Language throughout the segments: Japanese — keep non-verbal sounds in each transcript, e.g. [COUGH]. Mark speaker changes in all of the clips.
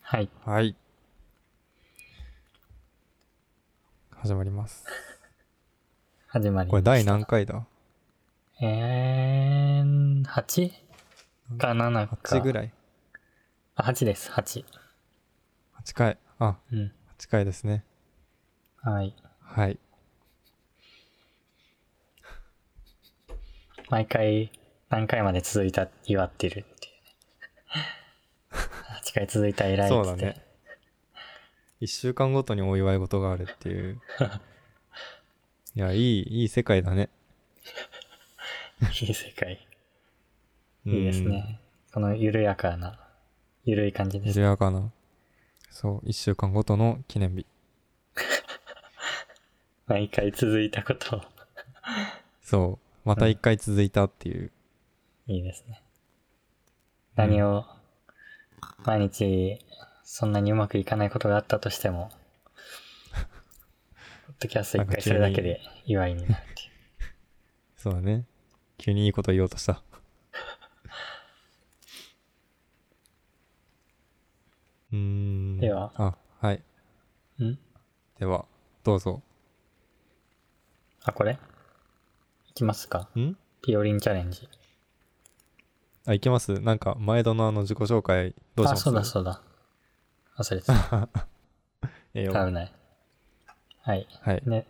Speaker 1: はい。
Speaker 2: はい。始まります。
Speaker 1: 始まり
Speaker 2: こ
Speaker 1: ま
Speaker 2: れ
Speaker 1: した。
Speaker 2: 第何回だ
Speaker 1: えー、8? か7か。
Speaker 2: ?8 ぐ
Speaker 1: い。
Speaker 2: らい
Speaker 1: あ、8です、8。
Speaker 2: ?8 回。あ、
Speaker 1: うん。
Speaker 2: 8回ですね。
Speaker 1: はい。
Speaker 2: はい。
Speaker 1: 毎回、何回まで続いた、祝って [LAUGHS] るっていうね。8回続いた偉いっつ
Speaker 2: そ
Speaker 1: っ
Speaker 2: う
Speaker 1: て。
Speaker 2: だね。1週間ごとにお祝い事があるって [LAUGHS] いう。いや、いい、いい世界だね。
Speaker 1: いい世界。
Speaker 2: うん
Speaker 1: いいです。ね。この緩やかな、緩い感じです。
Speaker 2: 緩やかな。そう、1週間ごとの記念日。
Speaker 1: 毎回続いたことを。
Speaker 2: そう、また1回続いたっていう。
Speaker 1: いいですね。
Speaker 2: うん
Speaker 1: 何を、毎日、そんなにうまくいかないことがあったとしても、ポッドキャスト一回するだけで祝いになるっていう。
Speaker 2: そうだね。急にいいこと言おうとした。 [LAUGHS] うーん。
Speaker 1: では
Speaker 2: あ、はい。
Speaker 1: うん
Speaker 2: では、どうぞ。
Speaker 1: あ、これいきますか
Speaker 2: ん
Speaker 1: ピオリンチャレンジ。
Speaker 2: あ、いきますなんか、前田のあの自己紹介、どうし
Speaker 1: あ、
Speaker 2: ます
Speaker 1: そうだそうだ。忘れてた。
Speaker 2: [LAUGHS] ええよ。
Speaker 1: 危ない。はい。
Speaker 2: はい。
Speaker 1: ね、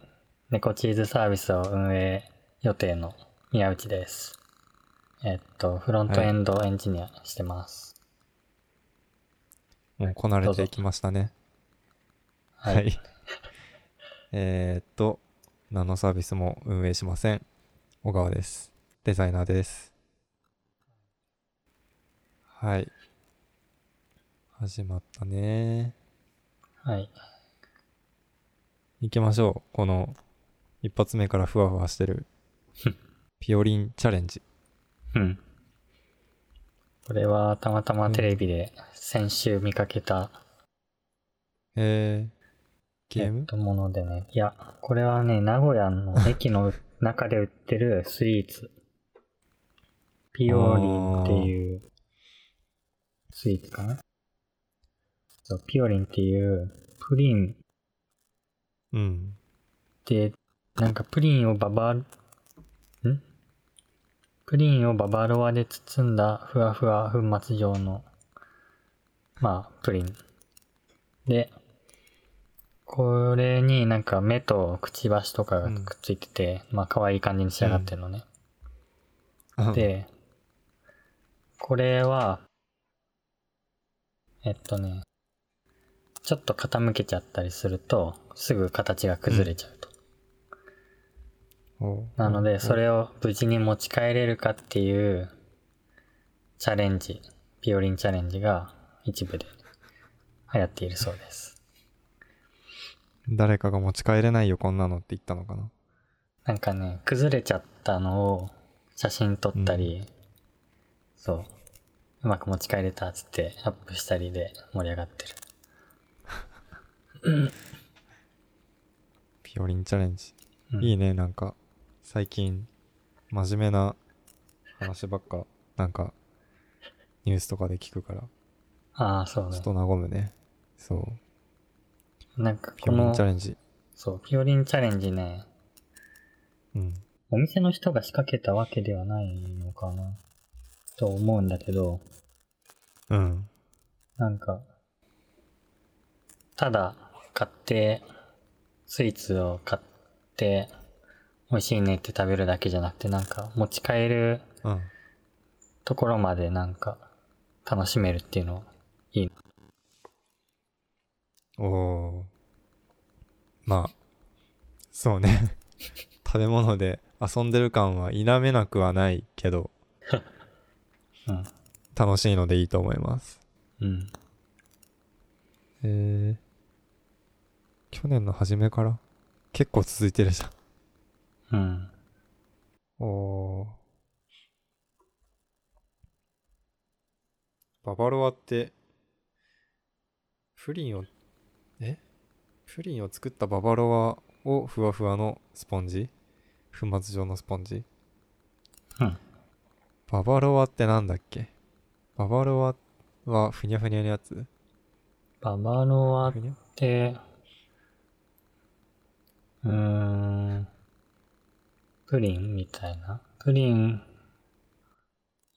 Speaker 1: 猫チーズサービスを運営予定の宮内です。えっと、フロントエンドエンジニアしてます。
Speaker 2: もうこなれていきましたね。
Speaker 1: は
Speaker 2: はい。えーっと、何のサービスも運営しません。小川です。デザイナーです。はい。始まったね。
Speaker 1: はい。
Speaker 2: 行きましょう。この一発目からふわふわし
Speaker 1: [LAUGHS]
Speaker 2: てるピオリンチャレンジ。
Speaker 1: うん。これはたまたまテレビで先週見かけた、
Speaker 2: えー、ゲー
Speaker 1: えっ
Speaker 2: ム
Speaker 1: とものでね。いや、これはね、名古屋の駅の中で売ってるスイーツ。ピオリンっていうスイーツかな。そうピオリンっていうプリン
Speaker 2: うん。
Speaker 1: で、なんかプリンをババ、んプリンをババロアで包んだふわふわ粉末状の、まあ、プリン。で、これになんか目とくちばしとかがくっついてて、まあ可愛い感じに仕上がってるのね。で、これは、えっとね、ちょっと傾けちゃったりすると、すぐ形が崩れちゃうと。
Speaker 2: お
Speaker 1: なので、そ
Speaker 2: れ。
Speaker 1: れを無事に持ち帰れるかっていう、チャレンジ、ピオリンチャレンジが一部で流行っているそうです。
Speaker 2: 誰かが持ち帰れないよ、こんなのって言ったのかな。
Speaker 1: なんかね、崩れちゃったのを写真撮ったり、そう、うまく持ち帰れたっつってアップしたりで盛り上がってる。
Speaker 2: ピオリンチャレンジ。
Speaker 1: うん
Speaker 2: いいね、なんか、最近、真面目な話ばっか、なんか、ニュースとかで聞くから、
Speaker 1: ああ、そうね
Speaker 2: ちょっ。と和むね。そう。
Speaker 1: なんか
Speaker 2: ピ
Speaker 1: こ
Speaker 2: オリン
Speaker 1: の
Speaker 2: チャ、レンジ。
Speaker 1: そう、ピオリンチャレンジね、
Speaker 2: うん。
Speaker 1: お店の人が仕掛けたわけではないのかな、と思うんだけど、
Speaker 2: うん。
Speaker 1: なんか、ただ買って、スイーツを買って、美味しいねって食べるだけじゃなくて、なんか持ち帰る
Speaker 2: うん。
Speaker 1: ところまでなんか楽しめるっていうのを
Speaker 2: おおーまあそうね [LAUGHS] 食べ物で遊んでる感は否めなくはないけど
Speaker 1: うん。
Speaker 2: 楽しいのでいいと思います
Speaker 1: うん。
Speaker 2: へえ去年の初めから結構続いてるじゃ
Speaker 1: うん。
Speaker 2: んおーババロアってプリンをえプリンを作ったババロアをふわふわのスポンジ粉末状のスポンジ
Speaker 1: うん。
Speaker 2: ババロアってなんだっけババロアはふにゃふにゃのやつ
Speaker 1: ババロアっ
Speaker 2: ふにゃ
Speaker 1: て、うーん、プリンみたいな。プリン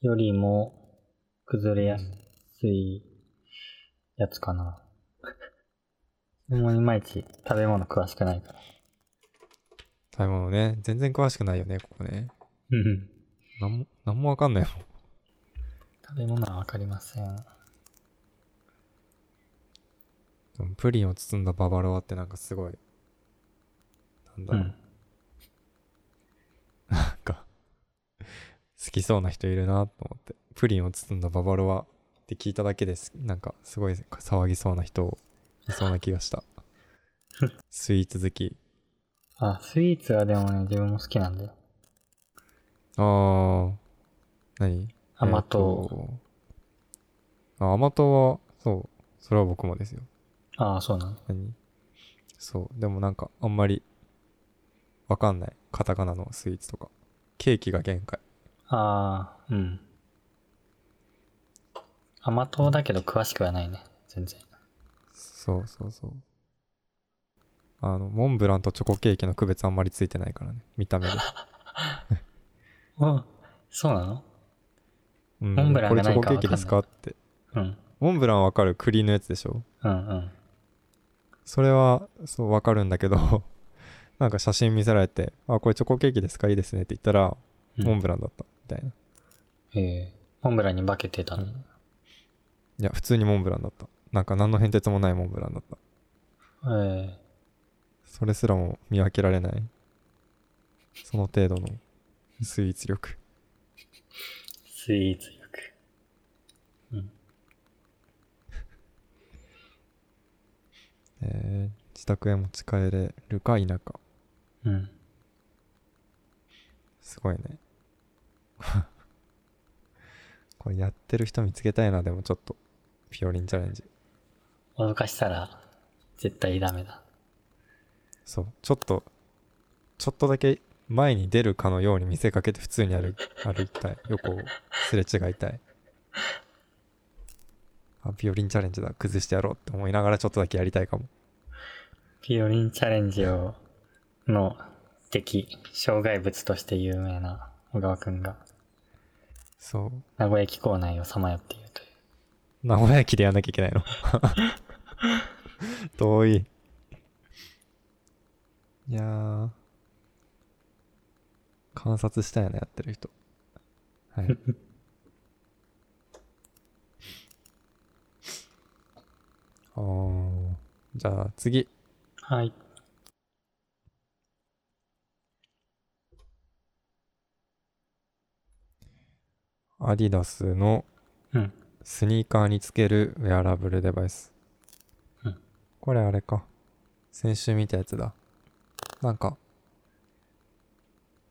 Speaker 1: よりも崩れやすいやつか [LAUGHS] な。もういまいち食べ物詳しくないから。
Speaker 2: 食べ物ね。全然詳しくないよね、ここね。
Speaker 1: うん
Speaker 2: なんも、なんもわかんないもん。
Speaker 1: 食べ物はわかりません。
Speaker 2: でもプリンを包んだババロアってなんかすごい、なんだ
Speaker 1: う
Speaker 2: ろう、
Speaker 1: ん。
Speaker 2: なんか、好きそうな人いるなと思って。プリンを包んだババロアって聞いただけです。なんか、すごい騒ぎそうな人いそうな気
Speaker 1: [LAUGHS]
Speaker 2: がした。スイーツ好き。
Speaker 1: あ、スイーツはでもね、自分も好きなんだよ。
Speaker 2: あー、何
Speaker 1: 甘党。
Speaker 2: えーとあ甘党は、そう、それは僕もですよ。
Speaker 1: ああ、そうなの。
Speaker 2: 何そう、でもなんか、あんまり、わかんない。カタカナのスイーツとか。ケーキが限界。
Speaker 1: ああ、うん。甘党だけど詳しくはないね。全然。
Speaker 2: そうそうそう。あの、モンブランとチョコケーキの区別あんまりついてないからね。見
Speaker 1: [LAUGHS]
Speaker 2: た目で。
Speaker 1: うん。そうなの
Speaker 2: うん
Speaker 1: モンブラン
Speaker 2: こ
Speaker 1: が
Speaker 2: れチ
Speaker 1: ない
Speaker 2: ョ
Speaker 1: か
Speaker 2: コケーキですか
Speaker 1: わ
Speaker 2: って。
Speaker 1: うん。
Speaker 2: モンブランわかる栗のやつでしょ
Speaker 1: うんうん。
Speaker 2: それは、そう、わかるんだけど、 [LAUGHS] なんか写真見せられて、あ、これチョコケーキですかいいですねって言ったら、
Speaker 1: うん
Speaker 2: モンブランだった。みたいな。
Speaker 1: ええモンブランに化けてたの。
Speaker 2: うんいや、普通にモンブランだった。なんか何の変哲もないモンブランだった。
Speaker 1: ええ
Speaker 2: それすらも見分けられない。その程度のスイーツ力。
Speaker 1: スイーツ力。うん。
Speaker 2: えー、自宅へ持ち帰れるか否か。
Speaker 1: うん。
Speaker 2: すごいね。 [LAUGHS] これやってる人見つけたいな、でもちょっと。ピオリンチャレンジ。
Speaker 1: 脅かしたら、絶対ダメだ。
Speaker 2: そう。ちょっと、ちょっとだけ前に出るかのように見せかけて普通に歩歩いたい。横をすれ違いたい。あ、ピオリンチャレンジだ。崩してやろうって思いながらちょっとだけやりたいかも。
Speaker 1: ピオリンチャレンジを、の敵、障害物として有名な小川くんが、
Speaker 2: そう。
Speaker 1: 名古屋駅構内をさまよっているという。
Speaker 2: 名古屋駅でやんなきゃいけない [LAUGHS] の遠いいやー観察したいなやってる人はい [LAUGHS] あーじゃあ次
Speaker 1: はい。
Speaker 2: アディダスの
Speaker 1: うん。
Speaker 2: スニーカーにつけるウェアラブルデバイス。
Speaker 1: うん
Speaker 2: これあれか。先週見たやつだ。なんか、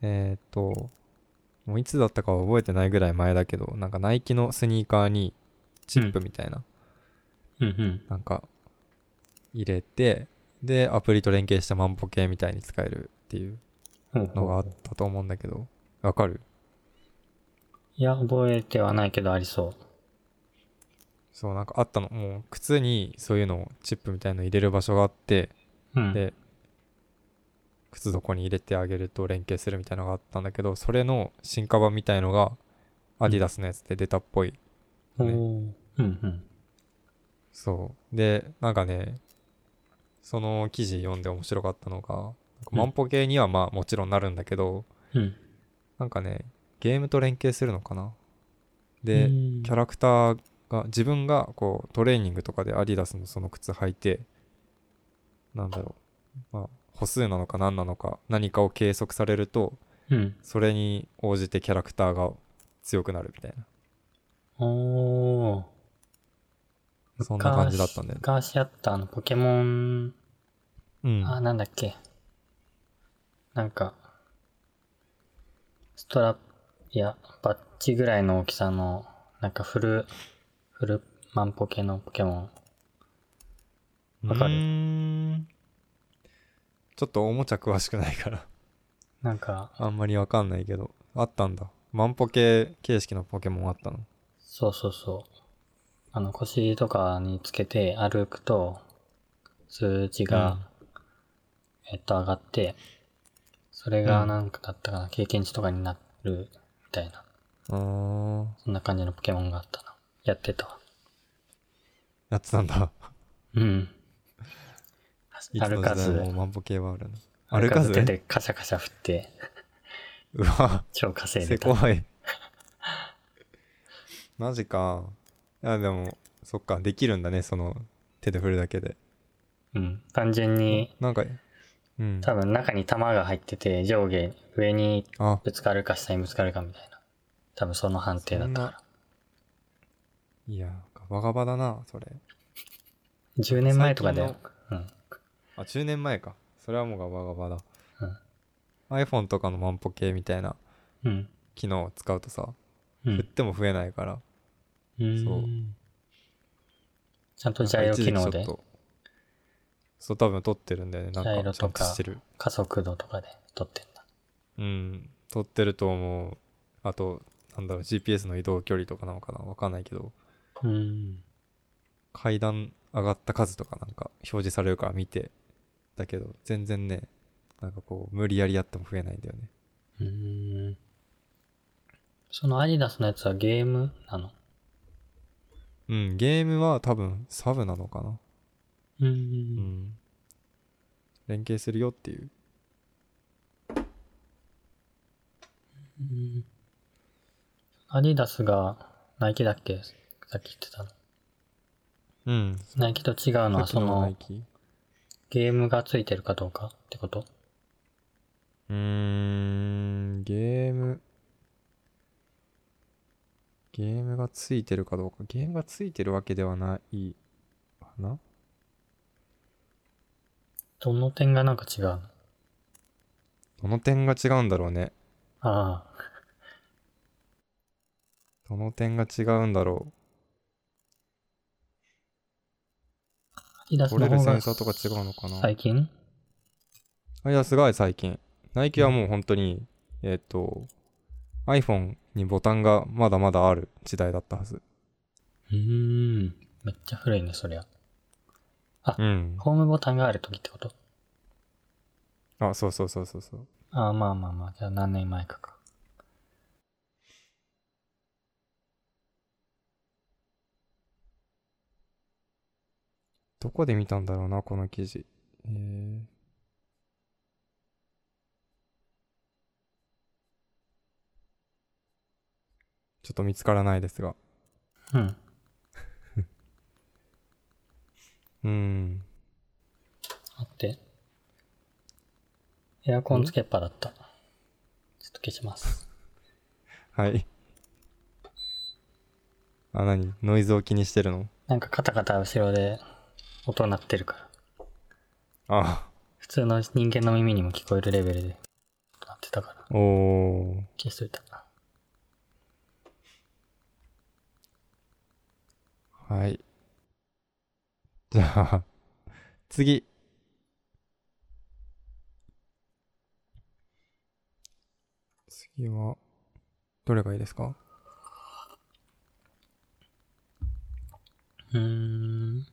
Speaker 2: えー、っと、もういつだったかは覚えてないぐらい前だけど、なんかナイキのスニーカーにチップみたいな、
Speaker 1: うんうん。
Speaker 2: なんか入れて、で、アプリと連携した万歩計みたいに使えるっていう
Speaker 1: ほうほう
Speaker 2: のがあったと思うんだけど、わかる
Speaker 1: いや、覚えてはないけどありそ
Speaker 2: そう、なんかあったの。もう靴にそういうのをチップみたいの入れる場所があって、
Speaker 1: う。うん。
Speaker 2: で靴底に入れてあげると連携するみたいなのがあったんだけどそれの進化版みたいのがアディダスのやつで出たっぽい、
Speaker 1: おーうんうん。
Speaker 2: そうでなんかねその記事読んで面白かったのがなんか万歩計にはまあもちろんなるんだけど、
Speaker 1: うん。
Speaker 2: なんかねゲームと連携するのかな
Speaker 1: う
Speaker 2: で
Speaker 1: ん
Speaker 2: キャラクターが自分がこうトレーニングとかでアディダスのその靴履いてなんだろうまあ歩数なのか何なのか何かを計測されると
Speaker 1: うん。
Speaker 2: それに応じてキャラクターが強くなるみたい
Speaker 1: おー。
Speaker 2: なそんな感じだったんだよね。
Speaker 1: 昔昔あったあの、ポケモン、
Speaker 2: うん、
Speaker 1: あ、なんだっけ。なんか、ストラップ、いや、バッチぐらいの大きさの、なんかフル、フルマンポケのポケモン。わかる
Speaker 2: うーんちょっとおもちゃ詳しくないから
Speaker 1: なんか、
Speaker 2: [LAUGHS] あんまりわかんないけどあったんだ万歩計形式のポケモンあったの
Speaker 1: そうそうそう。あの腰とかにつけて歩くと数値が、えっと上がって、それが
Speaker 2: うん
Speaker 1: なんかだったかな、経験値とかになるみたいな、
Speaker 2: あー、
Speaker 1: そんな感じのポケモンがあったな。やってたわ。
Speaker 2: やってたん [LAUGHS] だ。
Speaker 1: うん。
Speaker 2: いつの
Speaker 1: 歩
Speaker 2: 時
Speaker 1: か
Speaker 2: 代
Speaker 1: ず、
Speaker 2: もマンボ系はあるな。歩
Speaker 1: 歩
Speaker 2: か
Speaker 1: かず
Speaker 2: ず
Speaker 1: 手でカシャカシャ振って、
Speaker 2: うわ、
Speaker 1: 超稼い
Speaker 2: せ
Speaker 1: で
Speaker 2: こ
Speaker 1: た。
Speaker 2: い。 [LAUGHS] マジか。いや、でも、そっか、できるんだね、その、手で振るだけで。
Speaker 1: うん。単純に、
Speaker 2: なんか、うん。
Speaker 1: 多分中に玉が入ってて、上下、上に
Speaker 2: あ、
Speaker 1: ぶつかるか下にぶつかるかみたいな。多分その判定だったから。
Speaker 2: いや、ガバガバだな、それ。
Speaker 1: 10年前とかだよ
Speaker 2: 最。
Speaker 1: うん。
Speaker 2: あ、10年前か。それはもうガバガバだ。
Speaker 1: う
Speaker 2: iPhone とかのマンポ系みたいな
Speaker 1: うん。
Speaker 2: 機能を使うとさ、
Speaker 1: う
Speaker 2: 振っ
Speaker 1: ん。
Speaker 2: ても増えないから。
Speaker 1: うん
Speaker 2: そう
Speaker 1: ちゃんとジ
Speaker 2: な
Speaker 1: ャ
Speaker 2: ん
Speaker 1: イ
Speaker 2: か
Speaker 1: ロ機
Speaker 2: 一時期
Speaker 1: 能
Speaker 2: ちょっ
Speaker 1: で、
Speaker 2: とそう、多分撮ってるんだよね。な
Speaker 1: ジャイ
Speaker 2: んか、
Speaker 1: ロ
Speaker 2: ちゃ
Speaker 1: と
Speaker 2: んと
Speaker 1: か
Speaker 2: してる。
Speaker 1: 加速度とかで撮ってんだ。
Speaker 2: うん、撮ってると思う。あと、なんだろう、GPS の移動距離とかなのかなわかんないけど、
Speaker 1: うん。
Speaker 2: 階段上がった数とかなんか表示されるから見て、だけど、全然ね、なんかこう、無理やりやっても増えないんだよね。
Speaker 1: うーんそのアディダスのやつはゲームなの
Speaker 2: うん、ゲームは多分サブなのかな。
Speaker 1: う。
Speaker 2: うんん。連携するよっていう。
Speaker 1: アディダスがナイキだっけさっき言ってたの。
Speaker 2: うん。
Speaker 1: ナイキと違うのは
Speaker 2: さっき
Speaker 1: そ
Speaker 2: のナ
Speaker 1: の
Speaker 2: イキ
Speaker 1: ゲームがついてるかどうかってこと
Speaker 2: うーん、ゲーム。ゲームがついてるかどうか。ゲームがついてるわけではないかな
Speaker 1: どの点がなんか違うのあ
Speaker 2: どの点が違うんだろうね。
Speaker 1: あ。
Speaker 2: どの点が違うんだろ
Speaker 1: アディダ
Speaker 2: う。
Speaker 1: ス
Speaker 2: 取
Speaker 1: の
Speaker 2: れる
Speaker 1: 方
Speaker 2: セン
Speaker 1: が
Speaker 2: サーとか違うのかな、
Speaker 1: 最近
Speaker 2: あいや、すごい最近。ナイキはもう本当に、えーっと、iPhone にボタンがまだまだある時代だったはず。
Speaker 1: うーん。めっちゃ古いね、そりゃ。
Speaker 2: うん。
Speaker 1: ホームボタンがある時ってこと
Speaker 2: あ、そうそうそうそうそう。
Speaker 1: ああ、まあまあまあ。じゃあ何年前かか。
Speaker 2: どこで見たんだろうな、この記事。えーちょっと見つからないですが。
Speaker 1: うん。
Speaker 2: うん。
Speaker 1: 待って。エアコンつけっぱだった。ちょっと消します。
Speaker 2: はい。あ、何ノイズを気にしてるの
Speaker 1: なんかカタカタ後ろで音鳴ってるから。
Speaker 2: あ
Speaker 1: 普通の人間の耳にも聞こえるレベルで鳴ってたから
Speaker 2: あ、おー。
Speaker 1: 消しといた。
Speaker 2: はい。じゃあ、次。次は、どれがいいですか
Speaker 1: うーん。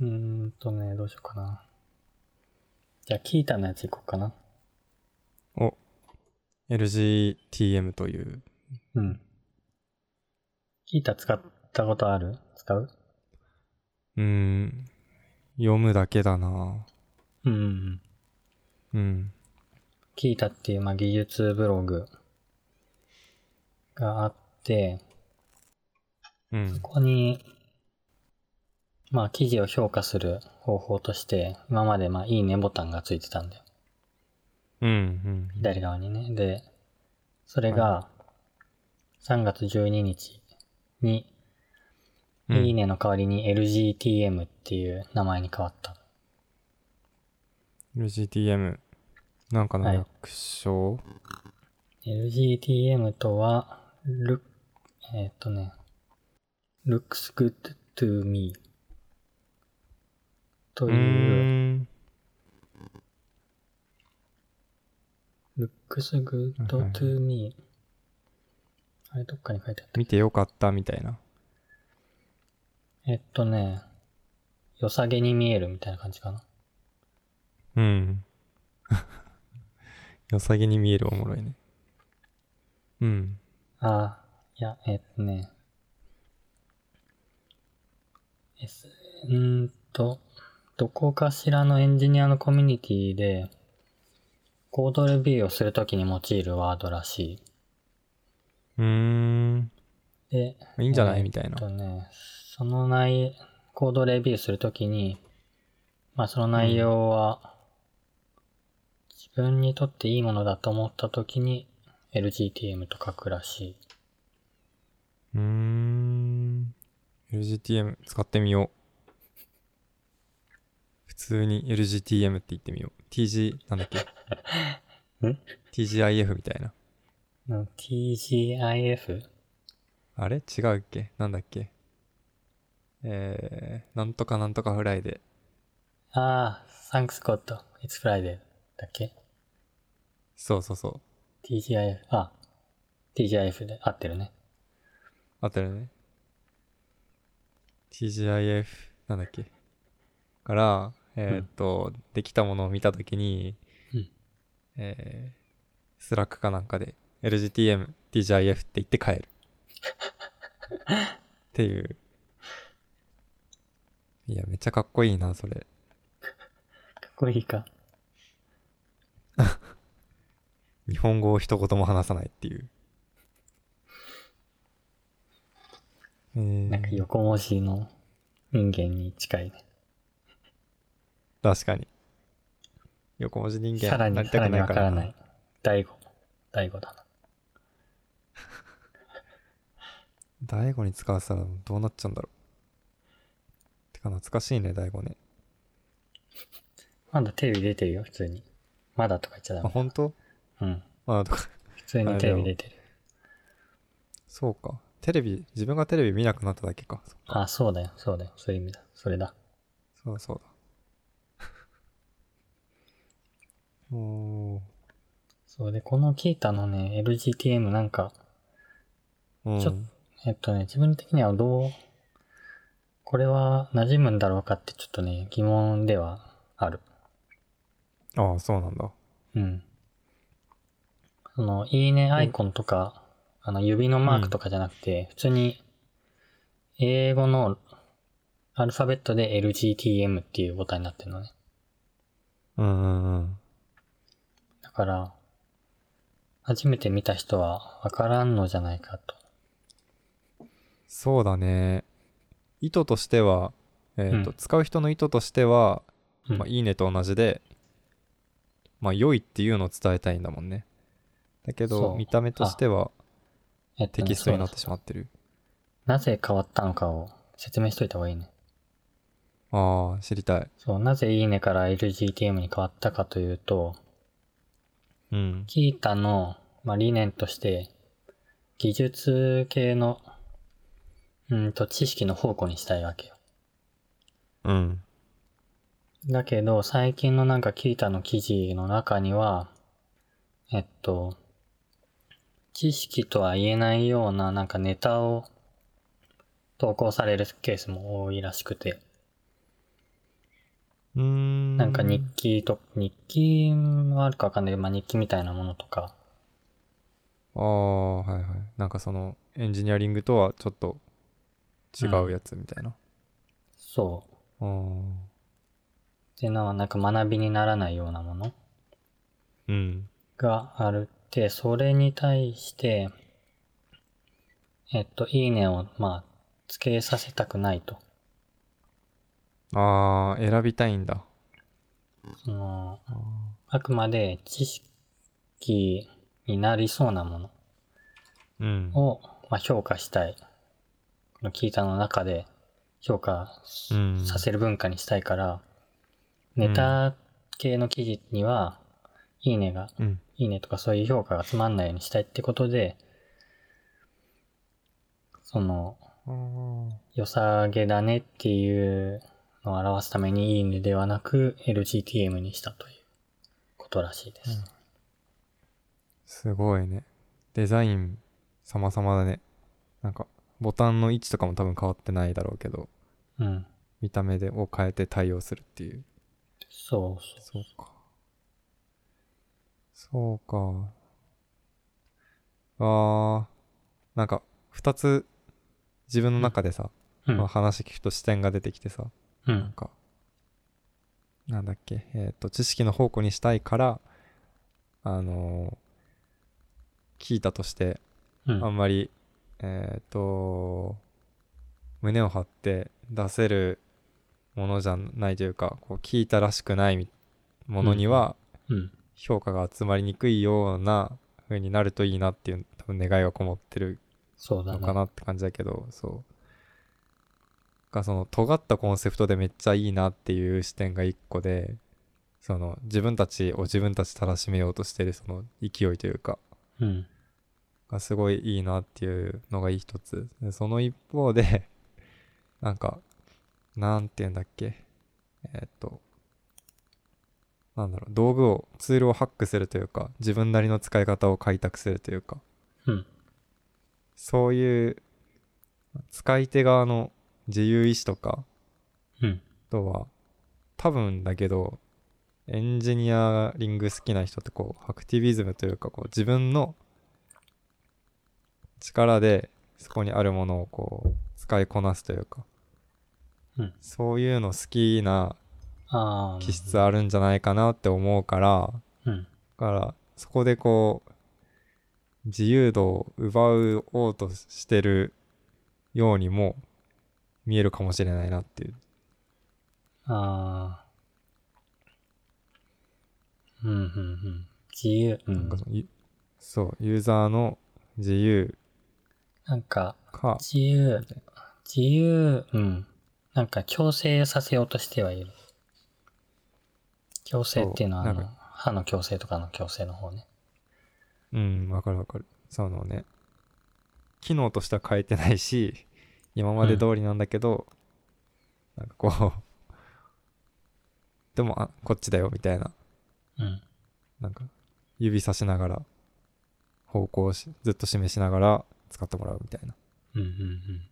Speaker 1: うーんとね、どうしようかな。じゃあ、キータのやついこうかな。
Speaker 2: お、LGTM という。
Speaker 1: うん。キータ使ったことある使う
Speaker 2: うーん、読むだけだな
Speaker 1: うん。
Speaker 2: うん。
Speaker 1: キータっていう、まあ、技術ブログがあって、
Speaker 2: うん
Speaker 1: そ。こに、まあ、記事を評価する方法として、今まで、まあ、いいねボタンがついてたんだよ。
Speaker 2: うん。うん。
Speaker 1: 左側にね。で、それが、3月12日に、
Speaker 2: うん
Speaker 1: いいねの代わりに LGTM っていう名前に変わった。
Speaker 2: LGTM。なんかの
Speaker 1: はい
Speaker 2: 略称、
Speaker 1: LGTM とは、look, えーっとね、looks good to me と
Speaker 2: う
Speaker 1: いう
Speaker 2: ーん。
Speaker 1: looks good
Speaker 2: はいはい
Speaker 1: to me. あれ、どっかに書いてあった。
Speaker 2: 見てよかったみたいな。
Speaker 1: えっとね、良さげに見えるみたいな感じかな。
Speaker 2: うん。 [LAUGHS] 良さげに見えるおもろいね。うん。
Speaker 1: ああ、いや、えっとね。S、うーんと、どこかしらのエンジニアのコミュニティで、コードレビューをするときに用いるワードらし
Speaker 2: うーん。
Speaker 1: い。で、
Speaker 2: いいんじゃな
Speaker 1: え
Speaker 2: い
Speaker 1: ー
Speaker 2: みたいな
Speaker 1: えっ。とね、その内、コードレビューするときに、まあその内容は、自分にとっていいものだと思ったときに、LGTM と書くらしい。
Speaker 2: うーん。LGTM 使ってみよう。普通に LGTM って言ってみよう。TG、なんだっけ
Speaker 1: ん
Speaker 2: ?TGIF みたいな。
Speaker 1: うん TGIF?
Speaker 2: あれ違うっけなんだっけえー、なんとかなんとかフライデー。
Speaker 1: ああ、Thanks God, It's Friday だっけ
Speaker 2: そうそうそう。
Speaker 1: ?TGIF、あ、TGIF で合ってるね。
Speaker 2: あったよね。TGIF、なんだっけ。から、えーっと、できたものを見たときに、
Speaker 1: うん
Speaker 2: えー、スラックかなんかで、LGTM、TGIF って言って帰
Speaker 1: [LAUGHS]
Speaker 2: る。っていう。いや、めっちゃかっこいいな、それ。
Speaker 1: かっこいいか。
Speaker 2: 日本語を一言も話さないっていう。えー
Speaker 1: なんか横文字の人間に近いね。
Speaker 2: 確かに。横文字人間
Speaker 1: さらに、
Speaker 2: なり
Speaker 1: さ
Speaker 2: た
Speaker 1: ら
Speaker 2: く
Speaker 1: に
Speaker 2: ない
Speaker 1: わ
Speaker 2: か
Speaker 1: からら
Speaker 2: な
Speaker 1: ない。第五。第五だな。
Speaker 2: 大悟に使わせたらどうなっちゃうんだろう。てか懐かしいね、大悟ね。
Speaker 1: まだテレビ出てるよ、普通に。まだとか言っちゃダ
Speaker 2: あ、
Speaker 1: メ。
Speaker 2: 本当
Speaker 1: うん。
Speaker 2: まあ、とか、
Speaker 1: 普通にテレビ出てる。
Speaker 2: [LAUGHS] そうか。テレビ、自分がテレビ見なくなっただけか。そっか
Speaker 1: あ、そうだよ、そうだよ。そういう意味だ。それだ。
Speaker 2: そうだそうだ。 [LAUGHS] お
Speaker 1: そうで、このキータのね、LGTM なんか、
Speaker 2: ー。
Speaker 1: ち
Speaker 2: う
Speaker 1: ょっ
Speaker 2: ん。
Speaker 1: えっとね、自分的にはどう、これは馴染むんだろうかってちょっとね、疑問ではある。
Speaker 2: ああ、そうなんだ。
Speaker 1: うん。その、いいねアイコンとか、あの、指のマークとかじゃなくて、普通に、英語のアルファベットで LGTM っていうボタンになってるのね。
Speaker 2: うんうんうん。
Speaker 1: だから、初めて見た人はわからんのじゃないかと。
Speaker 2: そうだね。意図としては、えっ、と、
Speaker 1: うん
Speaker 2: 使う人の意図としては、
Speaker 1: うん
Speaker 2: まあ、いいねと同じで、まあ、良いっていうのを伝えたいんだもんね。だけ
Speaker 1: そ
Speaker 2: ど、
Speaker 1: う
Speaker 2: 見た目としては
Speaker 1: えっと
Speaker 2: テ
Speaker 1: ね
Speaker 2: キストになっ
Speaker 1: そう
Speaker 2: てしまってる。
Speaker 1: なぜ変わったのかを説明しといた方がいいね。
Speaker 2: ああ、知りたい。
Speaker 1: そう、なぜいいねから LGTM に変わったかというと、
Speaker 2: うん。
Speaker 1: キータの、まあ、理念として、技術系の、うんと、知識の宝庫にしたいわけよ。
Speaker 2: うん。
Speaker 1: だけど、最近のなんかキータの記事の中には、えっと、知識とは言えないようななんかネタを投稿されるケースも多いらしくて、
Speaker 2: うーん。
Speaker 1: なんか日記と、日記はあるかわかんないけど、まあ、日記みたいなものとか、
Speaker 2: ああ、はいはい。なんかその、エンジニアリングとはちょっと違うやつみたいな。
Speaker 1: そう、
Speaker 2: あー
Speaker 1: っていうのはなんか学びにならないようなもの
Speaker 2: うん。
Speaker 1: があるって、それに対して、えっと、いいねを、まあ、つけさせたくないと。
Speaker 2: ああ、選びたいんだ。
Speaker 1: その、
Speaker 2: あ
Speaker 1: あくまで知識になりそうなもの
Speaker 2: ーうん。
Speaker 1: を、まあ、評価したい。この聞いたの中で評価し
Speaker 2: うん
Speaker 1: させる文化にしたいから、ネタ系の記事には、いいねが
Speaker 2: うん。
Speaker 1: いいねとかそういう評価がつまんないようにしたいってことで、その、
Speaker 2: あー
Speaker 1: 良さげだねっていうのを表すためにいいねではなく LGTM にしたということらしいです。
Speaker 2: すごいね。デザイン様々だね。なんか、ボタンの位置とかも多分変わってないだろうけど、
Speaker 1: うん。
Speaker 2: 見た目でを変えて対応するっていう。
Speaker 1: そうそう。
Speaker 2: そうか。そうか。あー、なんか、二つ、自分の中でさ、
Speaker 1: う
Speaker 2: まあ
Speaker 1: ん。
Speaker 2: 話聞くと視点が出てきてさ、
Speaker 1: う
Speaker 2: なん
Speaker 1: ん。
Speaker 2: か、なんだっけ、えっ、と、知識の宝庫にしたいから、あのー聞いたとして、
Speaker 1: う
Speaker 2: あ
Speaker 1: ん。
Speaker 2: んまり、えっ、と、胸を張って出せるものじゃないというか、こう聞いたらしくないみものには
Speaker 1: うん。
Speaker 2: 評価が集まりにくいような風になるといいなっていう、多分願いがこもってる
Speaker 1: そうだ
Speaker 2: の
Speaker 1: ね。
Speaker 2: かなって感じだけど、そう。がその尖ったコンセプトでめっちゃいいなっていう視点が一個で、その自分たちを自分たちたらしめようとしてるその勢いというか、
Speaker 1: うん。
Speaker 2: がすごいいいなっていうのが一つ。でその一方で、 [LAUGHS] なんか、なんて言うんだっけ。えーっと、なんだろう、道具を、ツールをハックするというか、自分なりの使い方を開拓するというか、
Speaker 1: うん。
Speaker 2: そういう、使い手側の自由意志とか、
Speaker 1: うん。
Speaker 2: とは、多分だけど、エンジニアリング好きな人ってこう、アクティビズムというか、こう、自分の力で、そこにあるものをこう、使いこなすというか、
Speaker 1: うん
Speaker 2: そういうの好きな
Speaker 1: ああ。
Speaker 2: 気質あるんじゃないかなって思うから、
Speaker 1: うん。
Speaker 2: だから、そこでこう、自由度を奪おうとしてるようにも見えるかもしれないなっていう。
Speaker 1: ああ。うん、うん、うん。自由。う
Speaker 2: なん
Speaker 1: ん
Speaker 2: か。そのゆそう、ユーザーの自由
Speaker 1: なんか、
Speaker 2: か、
Speaker 1: 自由、自由、うん。なんか強制させようとしてはいる。強制っていうのは、
Speaker 2: そ
Speaker 1: あ
Speaker 2: うな
Speaker 1: の
Speaker 2: んか、
Speaker 1: 歯の矯正とかの矯正の方ね。
Speaker 2: うん、わかるわかる。そのね、機能としては変えてないし、 [LAUGHS] 今まで通りなんだけど、なんかこう、 [LAUGHS] でも、あ、こっちだよ、みたいな。
Speaker 1: うん。
Speaker 2: なんか、指さしながら、方向をしずっと示しながら使ってもらうみたいな。
Speaker 1: うん、うん、うん。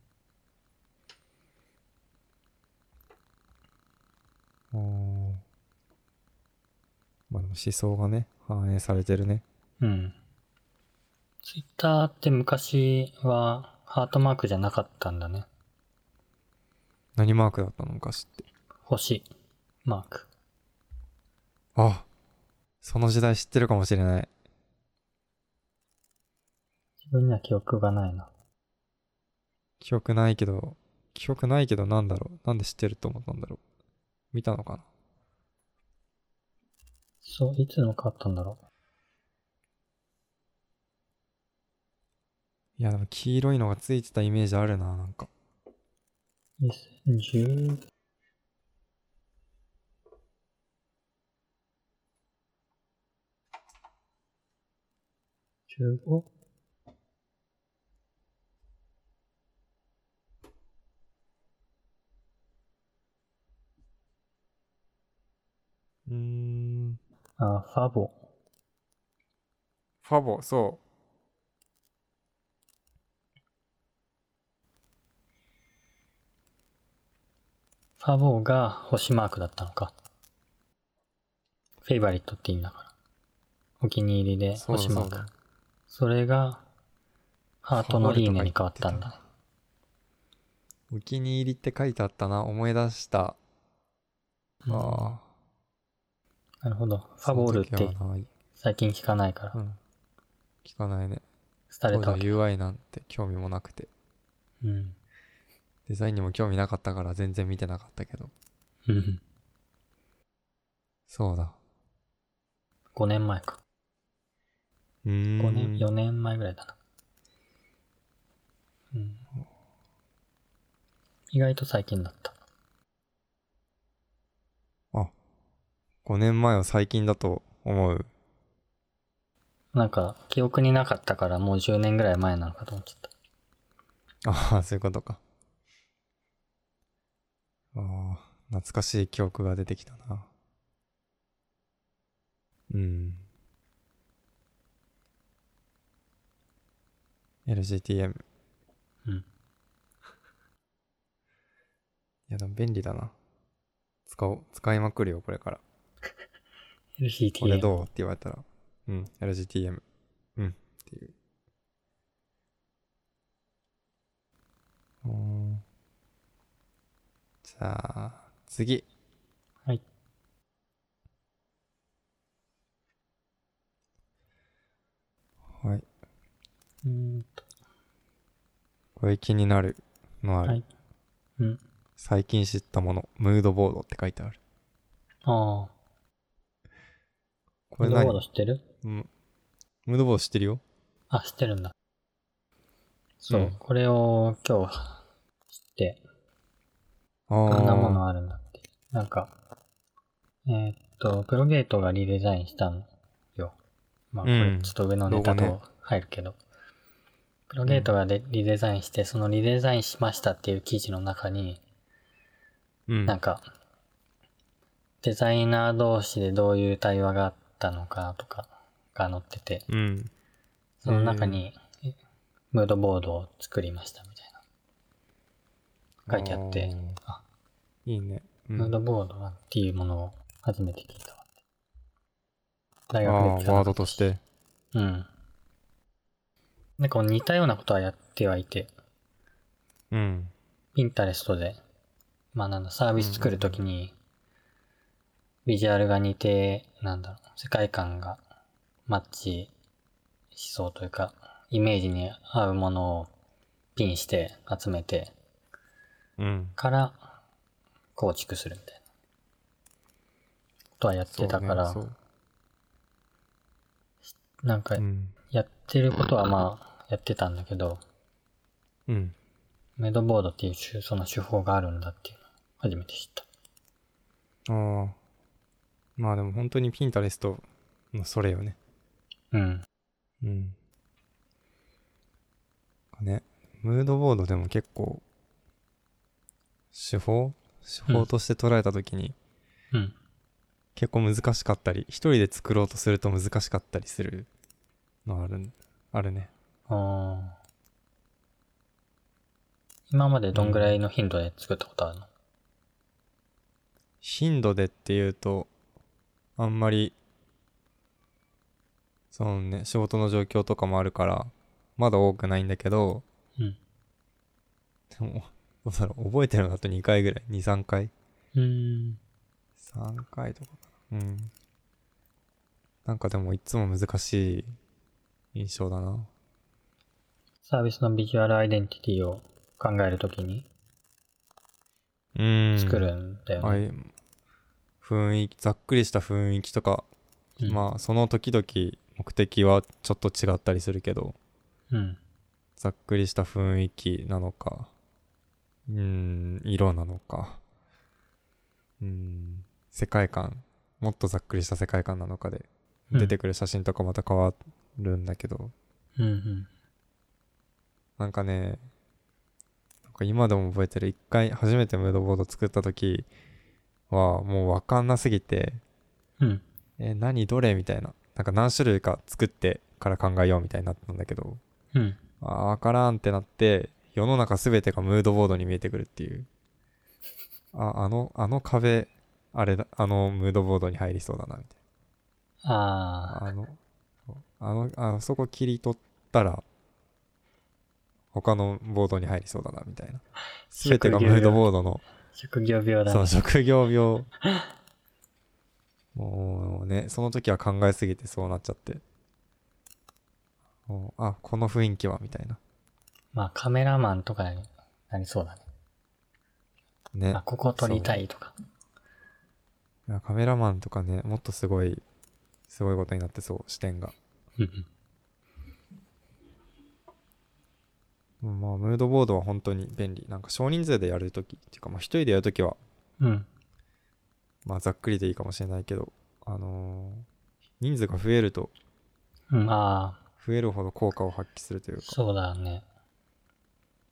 Speaker 2: まあでも思想がね、反映されてるね。
Speaker 1: うん。ツイッターって昔はハートマークじゃなかったんだね。
Speaker 2: 何マークだったの昔って。
Speaker 1: 星マーク。
Speaker 2: あその時代知ってるかもしれない。
Speaker 1: 自分には記憶がないな。
Speaker 2: 記憶ないけど、記憶ないけどなんだろう。なんで知ってると思ったんだろう。見たのかな。
Speaker 1: そう、いつの変わったんだろ
Speaker 2: いや、でも黄色いのがついてたイメージあるな、なんか。
Speaker 1: う。2010、15?
Speaker 2: うーん。
Speaker 1: あ、ファボ。
Speaker 2: ファボ、そう。
Speaker 1: ファボが星マークだったのか。フェイバリットって意味だから。お気に入りで
Speaker 2: そうだ
Speaker 1: 星マー
Speaker 2: そう
Speaker 1: ク
Speaker 2: だ。
Speaker 1: それが、ハートのいいねに変わったんだね。
Speaker 2: お気に入りって書いてあったな。思い出した。
Speaker 1: うん
Speaker 2: ああ。
Speaker 1: なるほど。ファボールっ
Speaker 2: その
Speaker 1: て
Speaker 2: 時はない
Speaker 1: 最近聞かないから
Speaker 2: う、ん。聞かないね。
Speaker 1: 廃れ
Speaker 2: 当時
Speaker 1: たわ
Speaker 2: は
Speaker 1: け。
Speaker 2: UI なんて興味もなくて。
Speaker 1: うん。
Speaker 2: デザインにも興味なかったから全然見てなかったけど。そうだ。
Speaker 1: 5年前か。
Speaker 2: うーん。
Speaker 1: 5年、4年前ぐらいだな。うん。意外と最近だった。
Speaker 2: 5年前は最近だと思う。
Speaker 1: なんか、記憶になかったからもう10年ぐらい前なのかと思っちゃった。
Speaker 2: ああ、そういうことか。ああ、懐かしい記憶が出てきたな。うん。 LGTM。
Speaker 1: うん
Speaker 2: いや、でも便利だな。使おう。使いまくるよ、これから。これ
Speaker 1: LCTA。
Speaker 2: どうって言われたら。うん、LGTM。うん、っていう。おーじゃあ、次。
Speaker 1: はい。
Speaker 2: はい。
Speaker 1: うーんと
Speaker 2: これ気になるのある。
Speaker 1: はいうん。
Speaker 2: 最近知ったもの、ムードボードって書いてある。
Speaker 1: ああ。
Speaker 2: これ
Speaker 1: ムードボー
Speaker 2: 何
Speaker 1: ド知ってる
Speaker 2: うんムードボード知ってるよ。
Speaker 1: あ、知ってるんだ。そう、
Speaker 2: うん
Speaker 1: これを今日知って、
Speaker 2: あ
Speaker 1: こんなも
Speaker 2: ー
Speaker 1: のあるんだって。なんか、えーっと、プロゲートがリデザインしたのよ。まあ、こ
Speaker 2: う
Speaker 1: れ
Speaker 2: ん
Speaker 1: ちょっと上のネタ
Speaker 2: ロゴね
Speaker 1: と入るけど。プロゲートがリリデザインして、そのリデザインしましたっていう記事の中に、
Speaker 2: うん
Speaker 1: なんか、デザイナー同士でどういう対話があったのかとかが載ってて、
Speaker 2: うん。
Speaker 1: その中に、えムードボードを作りましたみたいな。書いてあって、
Speaker 2: あー
Speaker 1: あ
Speaker 2: いいね。うん
Speaker 1: ムードボードなんていうものを初めて聞いたわ。大
Speaker 2: あ
Speaker 1: 学で聞
Speaker 2: ー
Speaker 1: かなか
Speaker 2: ワード
Speaker 1: った
Speaker 2: として。
Speaker 1: うん。なんか似たようなことはやってはいて、
Speaker 2: うん。
Speaker 1: ピンタレストで、まあなんだ、サービス作るときに、ビジュアルが似て、なんだろう、世界観がマッチしそうというか、イメージに合うものをピンして集めて
Speaker 2: うん。
Speaker 1: から構築するみたいなことはやってたから、
Speaker 2: そうね
Speaker 1: なんか
Speaker 2: そううん。
Speaker 1: やってることはまあやってたんだけど、
Speaker 2: うん。
Speaker 1: メイドボードっていう手その手法があるんだっていうのを初めて知った。
Speaker 2: ああ。まあでも本当にピンタレストのそれよね。
Speaker 1: うん。
Speaker 2: うん。ね、ムードボードでも結構、手法手法として捉えたときに、
Speaker 1: うん。
Speaker 2: 結構難しかったり、一人で作ろうとすると難しかったりするのあるん、あるね。
Speaker 1: あー今までどんぐらいの頻度で作ったことあるの、
Speaker 2: 頻度でっていうと、あんまり、そのね、仕事の状況とかもあるから、まだ多くないんだけど、
Speaker 1: うん
Speaker 2: でも、どうだろう、覚えてるのだと2回ぐらい、2、3回
Speaker 1: うん。
Speaker 2: 3回とかかなうんなんかでもいつも難しい印象だな
Speaker 1: サービスのビジュアルアイデンティティを考えるときに
Speaker 2: うん
Speaker 1: 作るんだよね。
Speaker 2: あい雰囲気ざっくりした雰囲気とか、
Speaker 1: うん
Speaker 2: まあその時々目的はちょっと違ったりするけど
Speaker 1: うん。
Speaker 2: ざっくりした雰囲気なのかうん色なのかうん世界観もっとざっくりした世界観なのかで
Speaker 1: うん
Speaker 2: 出てくる写真とかまた変わるんだけど、
Speaker 1: うんうん。
Speaker 2: なんかね、なんか今でも覚えてる、一回初めてムードボード作った時は、もうわかんなすぎて、
Speaker 1: うん。
Speaker 2: え、何どれみたいな。なんか何種類か作ってから考えようみたいになったんだけど、
Speaker 1: うん。
Speaker 2: あーわからんってなって、世の中すべてがムードボードに見えてくるっていう。あ、あの、あの壁、あれだ、あのムードボードに入りそうだな、みたい
Speaker 1: ああ、
Speaker 2: な。あの、あの、あそこ切り取ったら、他のボードに入りそうだな、みたいな。すべてがムードボードの、
Speaker 1: 職業病だ
Speaker 2: そ
Speaker 1: ね
Speaker 2: の。職業病。もうね、その時は考えすぎてそうなっちゃって。もうあ、この雰囲気は、みたいな。
Speaker 1: まあカメラマンとかになりそうだね。
Speaker 2: ね
Speaker 1: あ、。ここ撮りたいとか。
Speaker 2: いやカメラマンとかね、もっとすごい、すごいことになってそう、視点が。
Speaker 1: うん
Speaker 2: うんまあ、ムードボードは本当に便利。なんか少人数でやるとき、っていうか、まあ一人でやるときは、
Speaker 1: うん。うん。
Speaker 2: まあざっくりでいいかもしれないけど、あのー人数が増えると、
Speaker 1: うん、ああ、
Speaker 2: 増えるほど効果を発揮するというか。
Speaker 1: そうだね。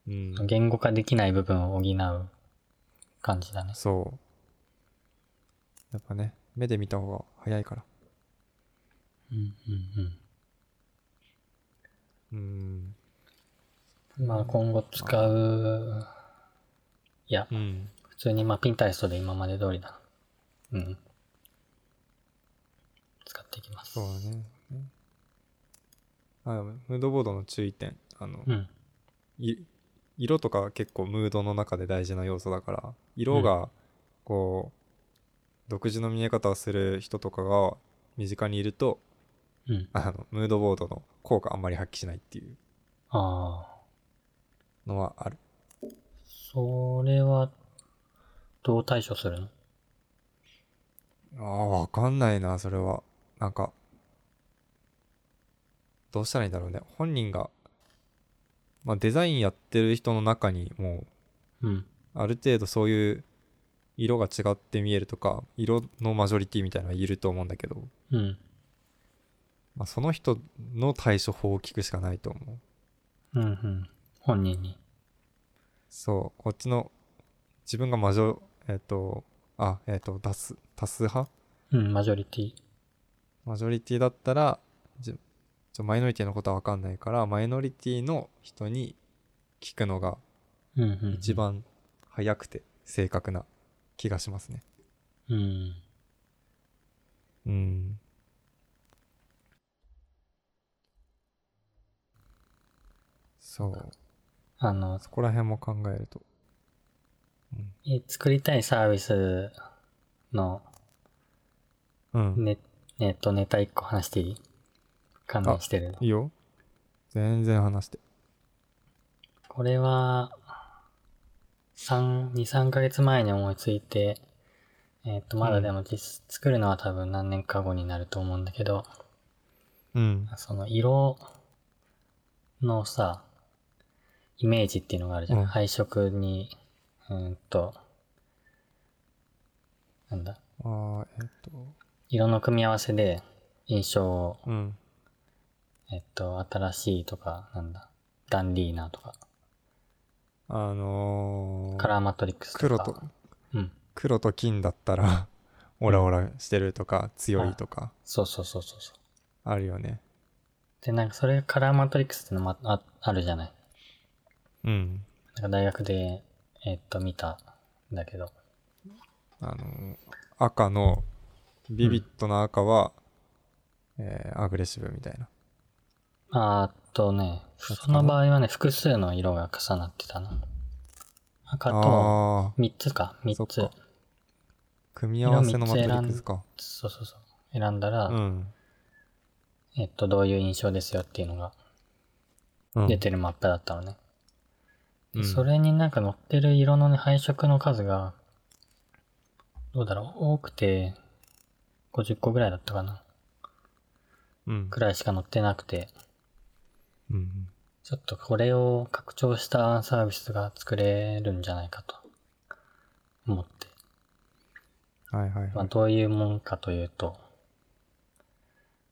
Speaker 2: うん。
Speaker 1: 言語化できない部分を補う感じだね。
Speaker 2: そう。やっぱね、目で見た方が早いから。
Speaker 1: うんうんうん。
Speaker 2: うん。
Speaker 1: まあ今後使う、いや、
Speaker 2: うん。
Speaker 1: 普通にまあピンタレストで今まで通りだな。うん。使っていきます。
Speaker 2: そうだね。あでもムードボードの注意点。あの、
Speaker 1: うん。
Speaker 2: い色とか結構ムードの中で大事な要素だから色がこう、独自の見え方をする人とかが身近にいると
Speaker 1: うん。
Speaker 2: あのムードボードの効果あんまり発揮しないっていう
Speaker 1: ああ。
Speaker 2: のはある
Speaker 1: それは、どう対処するの
Speaker 2: あーわかんないなそれはなんかどうしたらいいんだろうね本人が、まあ、デザインやってる人の中にもう
Speaker 1: うん。
Speaker 2: ある程度そういう色が違って見えるとか色のマジョリティみたいなのはいると思うんだけど、
Speaker 1: うん。
Speaker 2: まあ、その人の対処法を聞くしかないと思う
Speaker 1: うんうん。本人に。
Speaker 2: そうこっちの自分がマジョえっ、とあえっ、と多数多数派
Speaker 1: うん、マジョリティ。
Speaker 2: マジョリティだったらじちょマイノリティのことは分かんないからマイノリティの人に聞くのが
Speaker 1: うんうんうん。
Speaker 2: 一。番早くて正確な気がしますね
Speaker 1: うん。
Speaker 2: うんそう
Speaker 1: あの、
Speaker 2: そこら辺も考えると
Speaker 1: え作りたいサービスの
Speaker 2: うん
Speaker 1: ネ,、えっとネタ一個話していい関連してる。
Speaker 2: いいよ。全然話して。
Speaker 1: これは、3、2、3ヶ月前に思いついて、えっ、と、まだでも実、作るのは多分何年か後になると思うんだけど、
Speaker 2: うん。
Speaker 1: その色のさ、イメージっていうのがあるじゃん。
Speaker 2: うん
Speaker 1: 配色に、うーんと、なんだ、
Speaker 2: ああ、えっと、
Speaker 1: 色の組み合わせで印象を、
Speaker 2: うん。
Speaker 1: えっと、新しいとか、なんだ、ダンディーナとか、
Speaker 2: あのー、
Speaker 1: カラーマトリックスとか。
Speaker 2: 黒と、
Speaker 1: うん。
Speaker 2: 黒と金だったら、オラオラしてるとか、強いとか、
Speaker 1: そうそうそうそうそう。
Speaker 2: あるよね。
Speaker 1: で、なんかそれカラーマトリックスってのもあああるじゃない。
Speaker 2: うん。
Speaker 1: なんか大学で、えっと、見たんだけど。
Speaker 2: あのー赤の、ビビットな赤は、えーアグレッシブみたいな。
Speaker 1: あーっとね、
Speaker 2: そうか
Speaker 1: その場合はね、複数の色が重なってたな。赤と、
Speaker 2: ああ、
Speaker 1: 3つか、3つ
Speaker 2: そっ。か組み合わせのマトリックスか。
Speaker 1: そうそうそう。選んだら、
Speaker 2: うん。
Speaker 1: えっと、どういう印象ですよっていうのが
Speaker 2: うん
Speaker 1: 出てるマップだったのね。
Speaker 2: うん
Speaker 1: それになんか載ってる色のね、配色の数が、どうだろう、多くて、50個ぐらいだったかな。
Speaker 2: うん。
Speaker 1: くらいしか載ってなくて、
Speaker 2: うん。
Speaker 1: ちょっとこれを拡張したサービスが作れるんじゃないかと思って。
Speaker 2: はいはい
Speaker 1: ま
Speaker 2: は
Speaker 1: あ、
Speaker 2: い。
Speaker 1: どういうもんかというと、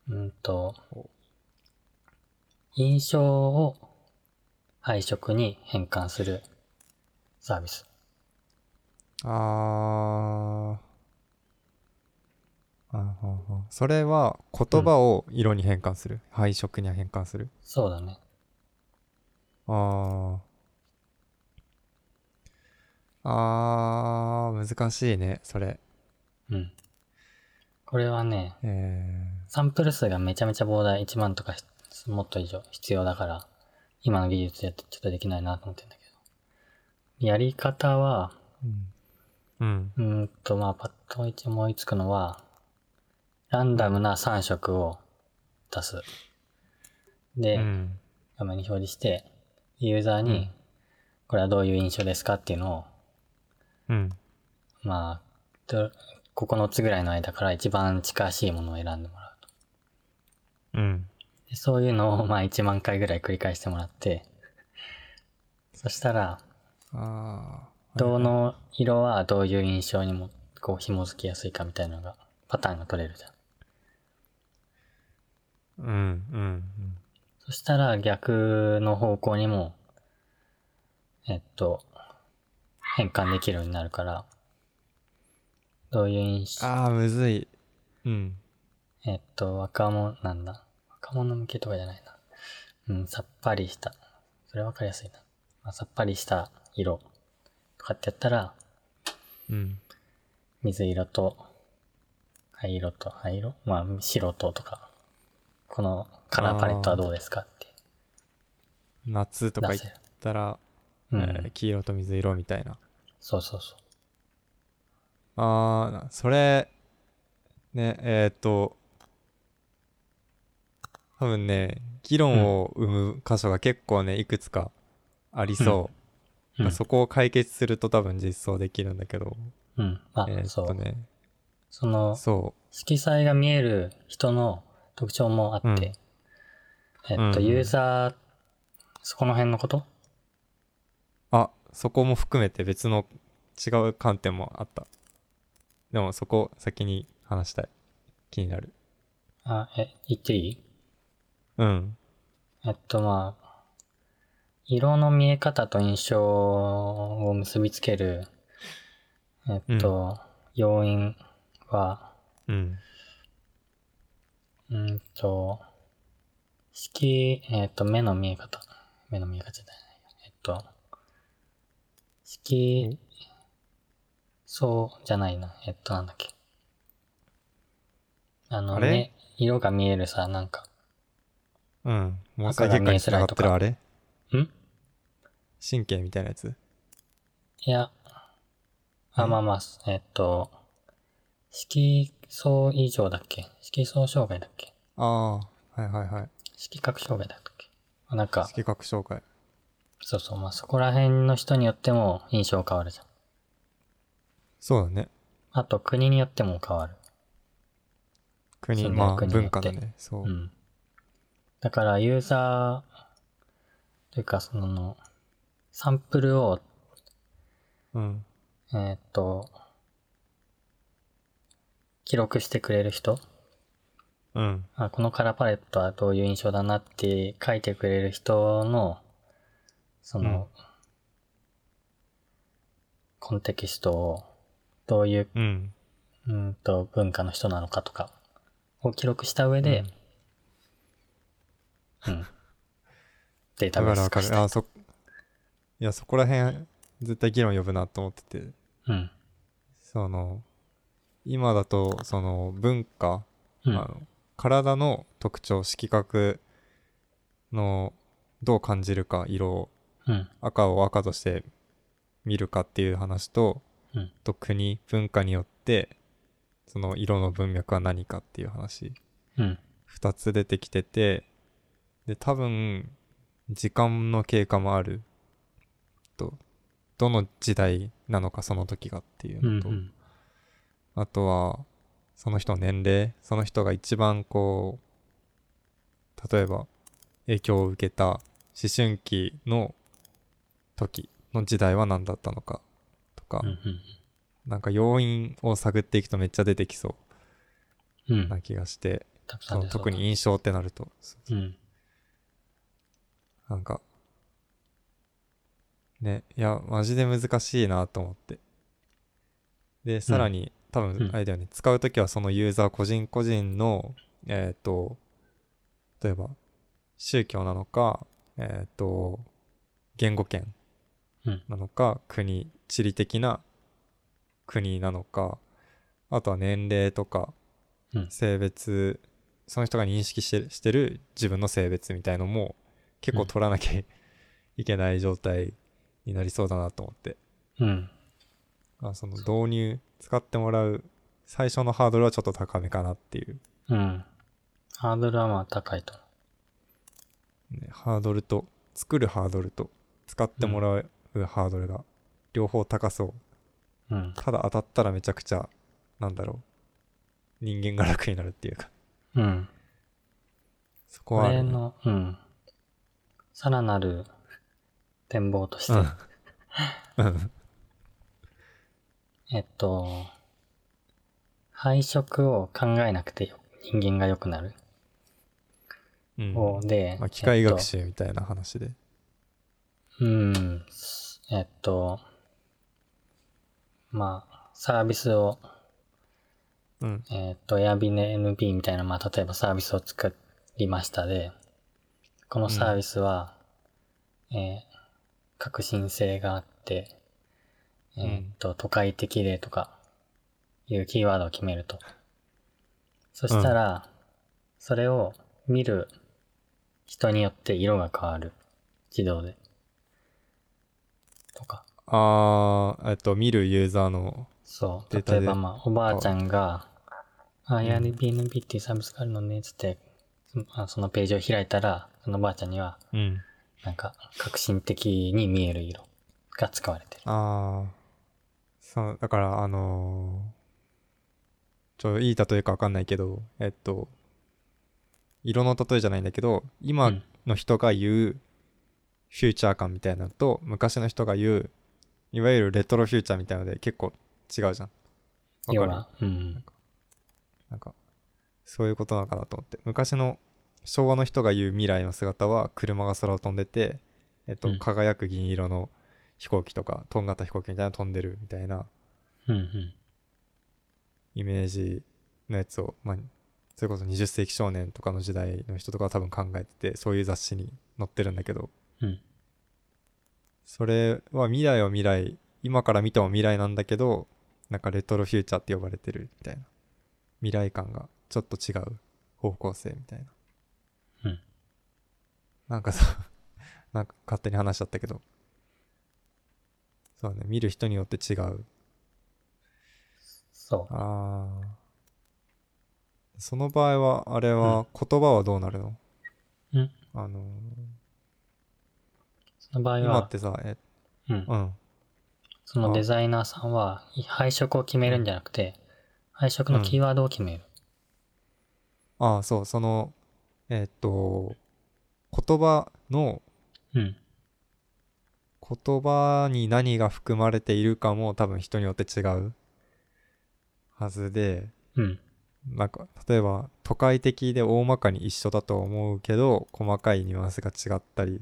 Speaker 1: うんと
Speaker 2: お、
Speaker 1: 印象を配色に変換するサービス。
Speaker 2: あーあほうほうそれは言葉を色に変換する、配色に変換する
Speaker 1: そうだね。
Speaker 2: あーあー難しいねそれ
Speaker 1: うん。これはね、
Speaker 2: え
Speaker 1: サンプル数がめちゃめちゃ膨大、1万とかひもっと以上必要だから、今の技術でちょっとできないなと思ってんだけど。やり方は、
Speaker 2: ーうん、う
Speaker 1: うー
Speaker 2: ん、
Speaker 1: んと、まあ、パッと一思いつくのは、ランダムな3色を出す。で、
Speaker 2: うん
Speaker 1: 画面に表示して、ユーザーに、
Speaker 2: うん
Speaker 1: これはどういう印象ですかっていうのを、
Speaker 2: うん
Speaker 1: まあ、ど9つぐらいの間から一番近しいものを選んでもらうと。
Speaker 2: うん
Speaker 1: でそういうのを、まあ、1万回ぐらい繰り返してもらって、そしたら、
Speaker 2: あー
Speaker 1: どの色はどういう印象にも、こう、紐づきやすいかみたいなのが、パターンが取れるじゃん。
Speaker 2: うんうん
Speaker 1: そしたら逆の方向にも、えっと、変換できるようになるから、どういう印象、
Speaker 2: ああむずいうん
Speaker 1: えっと、若者、なんだ、若者向けとかじゃないな。うん、さっぱりした。それわかりやすいな。まあ、さっぱりした色とかってやったら、
Speaker 2: うん。
Speaker 1: 水色と灰色と灰色まあ白ととかこのカラーパレットはどうですかって
Speaker 2: 夏とか言ったら、
Speaker 1: うん、
Speaker 2: えー黄色と水色みたいな。
Speaker 1: そうそうそう
Speaker 2: あーな、それ、ね、えーっと、多分ね、議論を生む箇所が結構ね、いくつかありそう。
Speaker 1: うん
Speaker 2: まあそこを解決すると多分実装できるんだけど、
Speaker 1: うんまあ、
Speaker 2: えー
Speaker 1: そ
Speaker 2: っと
Speaker 1: う、
Speaker 2: ね、
Speaker 1: その
Speaker 2: そ
Speaker 1: 色彩が見える人の特徴もあって、え
Speaker 2: うん
Speaker 1: っと、
Speaker 2: うん
Speaker 1: ユーザーそこの辺のこと
Speaker 2: う。あ、そこも含めて別の違う観点もあった。でもそこ先に話したい。気になる。
Speaker 1: あえ言っていい
Speaker 2: うん。
Speaker 1: えっとまあ色の見え方と印象を結びつけるえっと、要因は
Speaker 2: うん。
Speaker 1: うーんと、色、えっ、と、目の見え方。目の見え方じゃない。えっ、と、色、そうじゃないな。えっ、と、なんだっけ。あの、
Speaker 2: あれ
Speaker 1: ね、色が見えるさ、なんか。
Speaker 2: うん。毛
Speaker 1: 赤
Speaker 2: 細
Speaker 1: が
Speaker 2: 血
Speaker 1: 見
Speaker 2: 管
Speaker 1: え
Speaker 2: に
Speaker 1: づ
Speaker 2: つ
Speaker 1: ら
Speaker 2: ないが
Speaker 1: と
Speaker 2: っ
Speaker 1: か
Speaker 2: てるあれ
Speaker 1: ん
Speaker 2: 神経みたいなやつ
Speaker 1: いや、あ、
Speaker 2: え
Speaker 1: まあまあ、えっ、と、色相異常だっけ色相障害だっけ
Speaker 2: ああ、はいはいはい。
Speaker 1: 色覚障害だったっけなんか、
Speaker 2: 色覚障害。
Speaker 1: そうそう、まあそこら辺の人によっても印象変わるじゃん。
Speaker 2: そうだね。
Speaker 1: あと国によっても変わる。
Speaker 2: 国、
Speaker 1: そうね
Speaker 2: まあ
Speaker 1: 国によっ
Speaker 2: 文
Speaker 1: て
Speaker 2: 化だね。そう。
Speaker 1: う。ん。だからユーザーというかそのサンプルを、
Speaker 2: うん。
Speaker 1: えーっと、記録してくれる人
Speaker 2: うん。
Speaker 1: あ、このカラーパレットはどういう印象だなって書いてくれる人の、その、コンテキストをどういう
Speaker 2: うん。
Speaker 1: うーんと文化の人なのかとかを記録した上で、うんデータ
Speaker 2: だ
Speaker 1: ベ
Speaker 2: か
Speaker 1: ー
Speaker 2: ら
Speaker 1: ス
Speaker 2: わ
Speaker 1: 化
Speaker 2: か
Speaker 1: し
Speaker 2: る。
Speaker 1: た
Speaker 2: あ
Speaker 1: い
Speaker 2: ー、そ、いや、そこら辺、絶対議論呼ぶなと思ってて。
Speaker 1: うん
Speaker 2: その、今だと、その、文化、
Speaker 1: うん
Speaker 2: あの体の特徴、色覚の、どう感じるか、色を、
Speaker 1: うん
Speaker 2: 赤を赤として見るかっていう話と、
Speaker 1: うん
Speaker 2: と国文化によってその色の文脈は何かっていう話
Speaker 1: うん
Speaker 2: 2つ出てきててで多分時間の経過もあるとどの時代なのかその時がっていう
Speaker 1: うん
Speaker 2: のと、
Speaker 1: うん
Speaker 2: あとはその人の年齢その人が一番こう例えば影響を受けた思春期の時の時代は何だったのかとか、
Speaker 1: うんうん
Speaker 2: なんか要因を探っていくとめっちゃ出てきそ
Speaker 1: うんう
Speaker 2: うんな気がして、
Speaker 1: たくさ
Speaker 2: そ
Speaker 1: ん
Speaker 2: の
Speaker 1: 出そう
Speaker 2: 特に印象ってなるとそ
Speaker 1: うん
Speaker 2: なんかねいやマジで難しいなと思ってでさらに、多
Speaker 1: う
Speaker 2: 分
Speaker 1: ん
Speaker 2: あれだよね、使う時はそのユーザー個人個人のえっ、と例えば宗教なのかえっ、と言語圏
Speaker 1: うん
Speaker 2: なのか、国地理的な国なのかあとは年齢とか、
Speaker 1: うん
Speaker 2: 性別その人が認識してるしてる自分の性別みたいのも結構取らなきゃ [LAUGHS] いけない状態になりそうだなと思って、
Speaker 1: うん
Speaker 2: まあ、その導入使ってもらう最初のハードルはちょっと高めかなっていう、
Speaker 1: うんハードルはまあ高いと
Speaker 2: ねハードルと作るハードルと使ってもらうハードルが両方高そう
Speaker 1: うん
Speaker 2: ただ当たったらめちゃくちゃなんだろう人間が楽になるっていうか
Speaker 1: うん
Speaker 2: そ
Speaker 1: こ
Speaker 2: こはあ
Speaker 1: れ
Speaker 2: るね、
Speaker 1: のうんさらなる展望として、
Speaker 2: うん [LAUGHS]
Speaker 1: えっと配色を考えなくてよ人間が良くなる
Speaker 2: うん、
Speaker 1: をで、
Speaker 2: まあ、機械学
Speaker 1: 習
Speaker 2: 習みたいな話で、
Speaker 1: うん。えっと、まあ、サービスを、
Speaker 2: うん
Speaker 1: えっと、Airbnb みたいな、まあ、例えばサービスを作りましたで、このサービスは、えー革新性があって、えー
Speaker 2: うん
Speaker 1: っと、都会的でとかいうキーワードを決めると。そしたら、それを見る人によって色が変わる。自動で。とか。
Speaker 2: あー、えっと、見るユーザーの、
Speaker 1: そう。
Speaker 2: データ
Speaker 1: 例え
Speaker 2: で
Speaker 1: ばまあ、おばあちゃんが、あ、IRBNB っていうサービスがあるのね、つって、そあそのページを開いたら、そのおばあちゃんには、
Speaker 2: うん。
Speaker 1: なんか、革新的に見える色が使われてる。
Speaker 2: ああ、そう、だから、あのーちょ、いい例えかわかんないけど、えっと、色の例えじゃないんだけど、今
Speaker 1: うん
Speaker 2: の人が言ううフューチャー感みたいなのと、昔の人が言う、いわゆるレトロフューチャーみたいなので結構違うじゃん。
Speaker 1: 要
Speaker 2: わかる
Speaker 1: は、うん。
Speaker 2: なんか、そういうことなのかなと思って。昔の昭和の人が言う未来の姿は、車が空を飛んでて、えっと、
Speaker 1: うん
Speaker 2: 輝く銀色の飛行機とか、とんがった飛行機みたいなの飛んでるみたいな、
Speaker 1: うんうん。
Speaker 2: イメージのやつを、まあ、それこそ20世紀少年とかの時代の人とかは多分考えててそういう雑誌に載ってるんだけど
Speaker 1: うん。
Speaker 2: それは未来は未来今から見ても未来なんだけどなんかレトロフューチャーって呼ばれてるみたいな未来感がちょっと違う方向性みたいな
Speaker 1: うん
Speaker 2: なんかさ [LAUGHS] なんか勝手に話しちゃったけどそうね見る人によって違う
Speaker 1: そう。
Speaker 2: ああ。その場合は、あれは、言葉はどうなるの
Speaker 1: うん
Speaker 2: あのー、
Speaker 1: その場合
Speaker 2: 今っ
Speaker 1: は、
Speaker 2: てさ、え、
Speaker 1: うん。
Speaker 2: うん。
Speaker 1: そのデザイナーさんは、い配色を決めるんじゃなくて、配色のキーワードを決める。
Speaker 2: ああ、そう、その、えっと、言葉の、
Speaker 1: うん。
Speaker 2: 言葉に何が含まれているかも多分人によって違うはずで、
Speaker 1: うん。
Speaker 2: なんか、例えば、都会的で大まかに一緒だと思うけど、細かいニュアンスが違ったり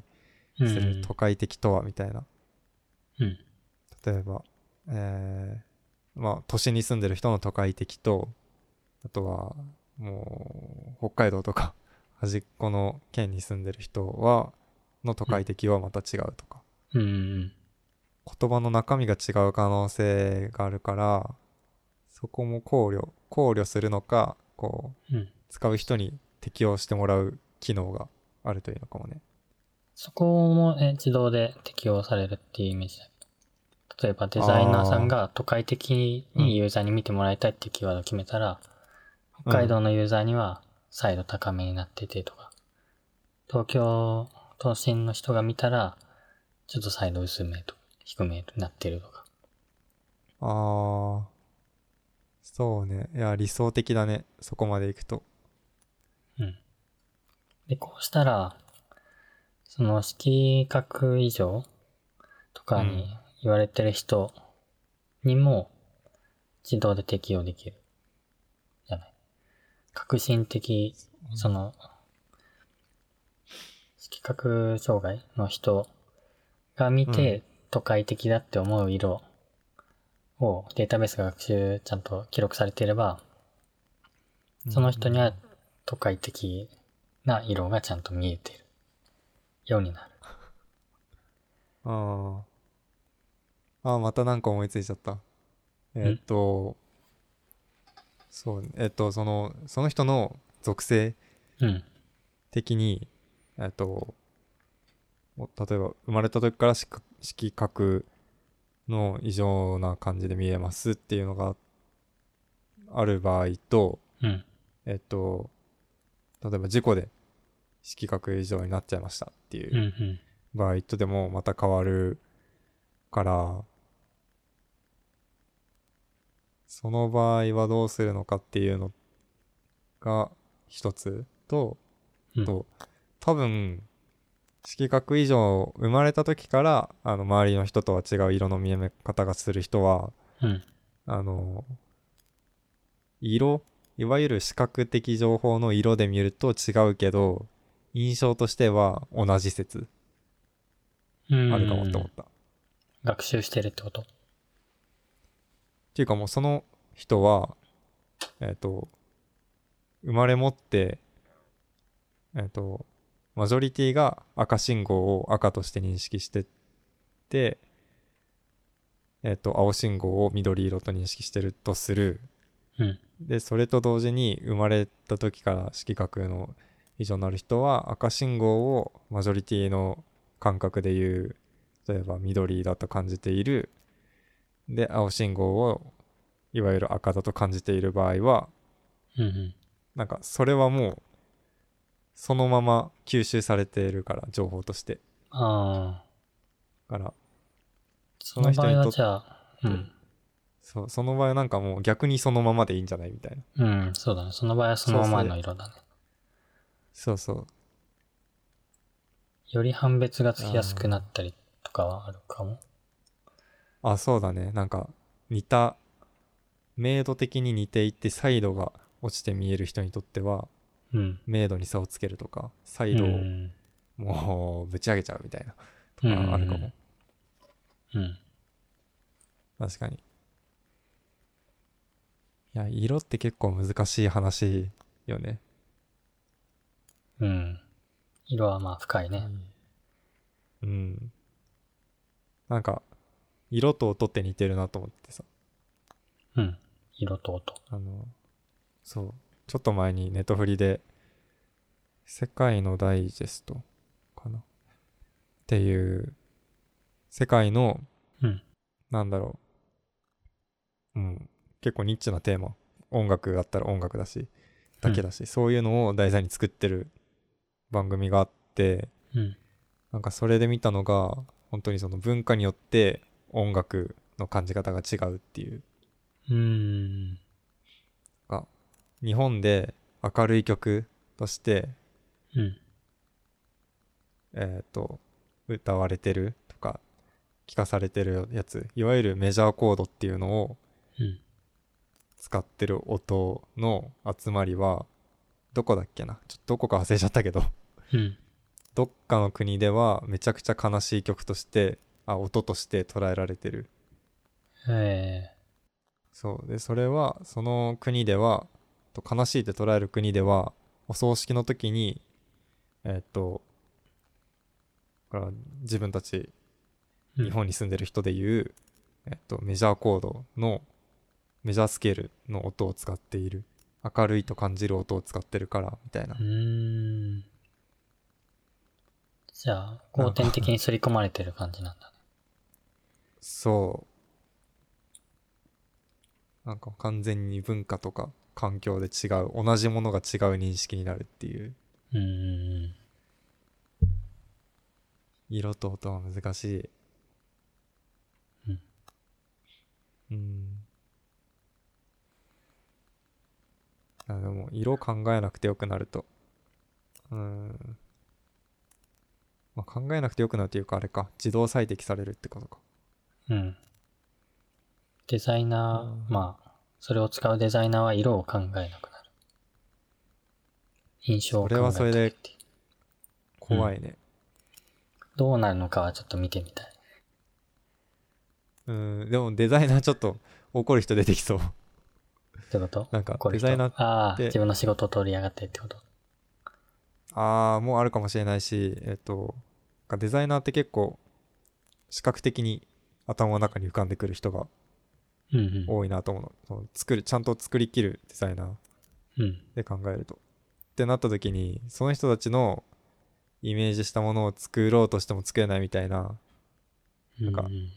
Speaker 1: う
Speaker 2: する、
Speaker 1: ん。
Speaker 2: 都会的とは、みたいな。
Speaker 1: うん。
Speaker 2: 例えば、えーまあ、都心に住んでる人の都会的と、あとは、もう、北海道とか、 [LAUGHS] 端っこの県に住んでる人は、の都会的はまた違うとか、
Speaker 1: うんうん。
Speaker 2: 言葉の中身が違う可能性があるから、そこも考慮、考慮するのか、こう、
Speaker 1: うん。
Speaker 2: 使う人に適用してもらう機能があるというのかもね。
Speaker 1: そこも、え自動で適用されるっていうイメージだ例えばデザイナーさんが都会的にユーザーに見てもらいたいっていうキーワードを決めたら、
Speaker 2: うん
Speaker 1: 北海道のユーザーには再度高めになっててとか、東京都心の人が見たら、ちょっと再度薄めと、低めになってるとか。
Speaker 2: ああ、そうね。いや、理想的だね。そこまで行くと。
Speaker 1: うん。で、こうしたら、その色覚異常とか
Speaker 2: う
Speaker 1: に
Speaker 2: ん
Speaker 1: 言われてる人にも自動で適用できる。じゃない。革新的、その、色覚障害の人が見
Speaker 2: う
Speaker 1: て都会的だって思う色をデータベースが学習ちゃんと記録されていれば、その人には都会的な色がちゃんと見えてるようになる。
Speaker 2: ああ。ああ、またなんか思いついちゃった。えーっと、そう、えーっと、その、その人の属性
Speaker 1: うん。
Speaker 2: 的に、えーっと、もう例えば生まれた時から色覚色覚の異常な感じで見えますっていうのがある場合と、
Speaker 1: うん。
Speaker 2: えーっと、例えば事故で色覚異常になっちゃいましたっていう
Speaker 1: うん。うん。
Speaker 2: 場合とでもまた変わるからその場合はどうするのかっていうのが一つと、
Speaker 1: うん
Speaker 2: と多分色覚以上生まれた時からあの周りの人とは違う色の見え方がする人は
Speaker 1: うん。
Speaker 2: あの色いわゆる視覚的情報の色で見ると違うけど印象としては同じ説
Speaker 1: うん。
Speaker 2: あるかもって思った。っ
Speaker 1: 学習してるってこと
Speaker 2: ていうかもうその人は、えっ、と、生まれ持って、えっ、と、マジョリティが赤信号を赤として認識してって、えっと青信号を緑色と認識してるとする
Speaker 1: うん。
Speaker 2: でそれと同時に生まれた時から色覚の異常のある人は赤信号をマジョリティの感覚で言う例えば緑だと感じているで青信号をいわゆる赤だと感じている場合は
Speaker 1: うんうん。
Speaker 2: なんかそれはもうそのまま吸収されているから情報として
Speaker 1: ああ。
Speaker 2: だから
Speaker 1: その場合は
Speaker 2: その人にとっ
Speaker 1: じゃあ、うん。
Speaker 2: そその場合はなんかもう逆にそのままでいいんじゃないみたいな
Speaker 1: うん、そうだね。その場合はそのままの色だね。
Speaker 2: そうそう
Speaker 1: より判別がつきやすくなったりとかはあるかも。
Speaker 2: あそうだねなんか似た明度的に似ていてサイドが落ちて見える人にとっては
Speaker 1: うん。
Speaker 2: 明度に差をつけるとかサ
Speaker 1: う
Speaker 2: イドを
Speaker 1: ん。
Speaker 2: もうぶち上げちゃうみたいなとかあるかも、
Speaker 1: うんうん。
Speaker 2: 確かにいや色って結構難しい話よね
Speaker 1: うん。色はまあ深いね。
Speaker 2: うん。なんか、色と音って似てるなと思ってさ、
Speaker 1: うん。色と音。
Speaker 2: あの、そう、ちょっと前にネトフリで、世界のダイジェストかなっていう、世界の、
Speaker 1: うん
Speaker 2: なんだろう、うん、結構ニッチなテーマ、音楽だったら音楽だし、だけだし、そういうのを題材に作ってる番組があって、
Speaker 1: うん。
Speaker 2: なんかそれで見たのが本当にその文化によって音楽の感じ方が違うっていう
Speaker 1: うん。
Speaker 2: 日本で明るい曲として、
Speaker 1: うん。
Speaker 2: えー、と歌われてるとか聴かされてるやついわゆるメジャーコードっていうのを
Speaker 1: うん。
Speaker 2: 使ってる音の集まりはどこだっけなちょっとどこか忘れちゃったけど [LAUGHS]
Speaker 1: うん。
Speaker 2: どっかの国ではめちゃくちゃ悲しい曲としてあ音として捉えられてる
Speaker 1: え
Speaker 2: そうでそれはその国ではと悲しいって捉える国ではお葬式の時にえーっとだから自分たち
Speaker 1: え
Speaker 2: 日本に住んでる人でいう、えーっとメジャーコードのメジャースケールの音を使っている明るいと感じる音を使ってるからみたいな
Speaker 1: うーん。じゃあ、後天的に刷り込まれてる感じなんだね。
Speaker 2: そうなんか完全に文化とか環境で違う同じものが違う認識になるっていう
Speaker 1: うーん。
Speaker 2: 色と音は難しい。
Speaker 1: うん。
Speaker 2: うん。あでも、色考えなくてよくなると。うん。まあ、考えなくてよくなるというか、あれか。自動採適されるってことか。
Speaker 1: うん。デザイナ
Speaker 2: うん
Speaker 1: ー、まあ、それを使うデザイナーは色を考えなくなる。印象を考え
Speaker 2: それはそれで
Speaker 1: てるっていう
Speaker 2: 怖いね。
Speaker 1: どうなるのかはちょっと見てみたい。
Speaker 2: うん。でも、デザイナー [LAUGHS] ちょっと怒る人出てきそう。 [LAUGHS]
Speaker 1: ってこと
Speaker 2: なんか
Speaker 1: これ
Speaker 2: デザイナーって
Speaker 1: ああ、自分の仕事を取り上がってってこと
Speaker 2: ああ、もうあるかもしれないし、えっと、なんかデザイナーって結構、視覚的に頭の中に浮かんでくる人が
Speaker 1: うん
Speaker 2: 多いなと思うの。その作る、ちゃんと作りきるデザイナー
Speaker 1: うん。うん。
Speaker 2: で考えると。ってなった時に、その人たちのイメージしたものを作ろうとしても作れないみたいな、なんか
Speaker 1: ううん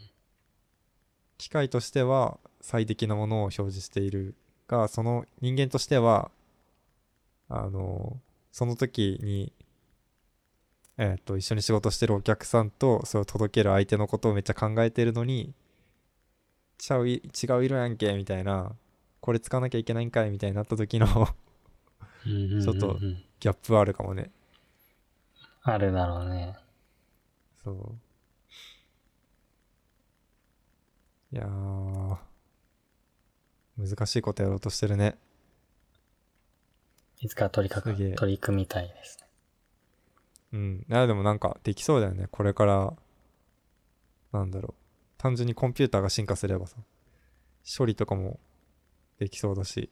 Speaker 2: 機械としては最適なものを表示しているが、その人間としては、あの、その時に、えっと、一緒に仕事してるお客さんと、それを届ける相手のことをめっちゃ考えてるのに、ちゃうい、違う色やんけ、みたいな、これ使わなきゃいけないんかい、みたいになった時の [LAUGHS]
Speaker 1: うんうんうんうん
Speaker 2: ちょっとギャップはあるかもね。
Speaker 1: あるだろうね。
Speaker 2: そう。いやー、難しいことやろうとしてるね。
Speaker 1: いつか取りかか
Speaker 2: すげえ
Speaker 1: 取り組みたいですね。
Speaker 2: うん。いや、でもなんかできそうだよね。これから、なんだろう。単純にコンピューターが進化すればさ、処理とかもできそうだし、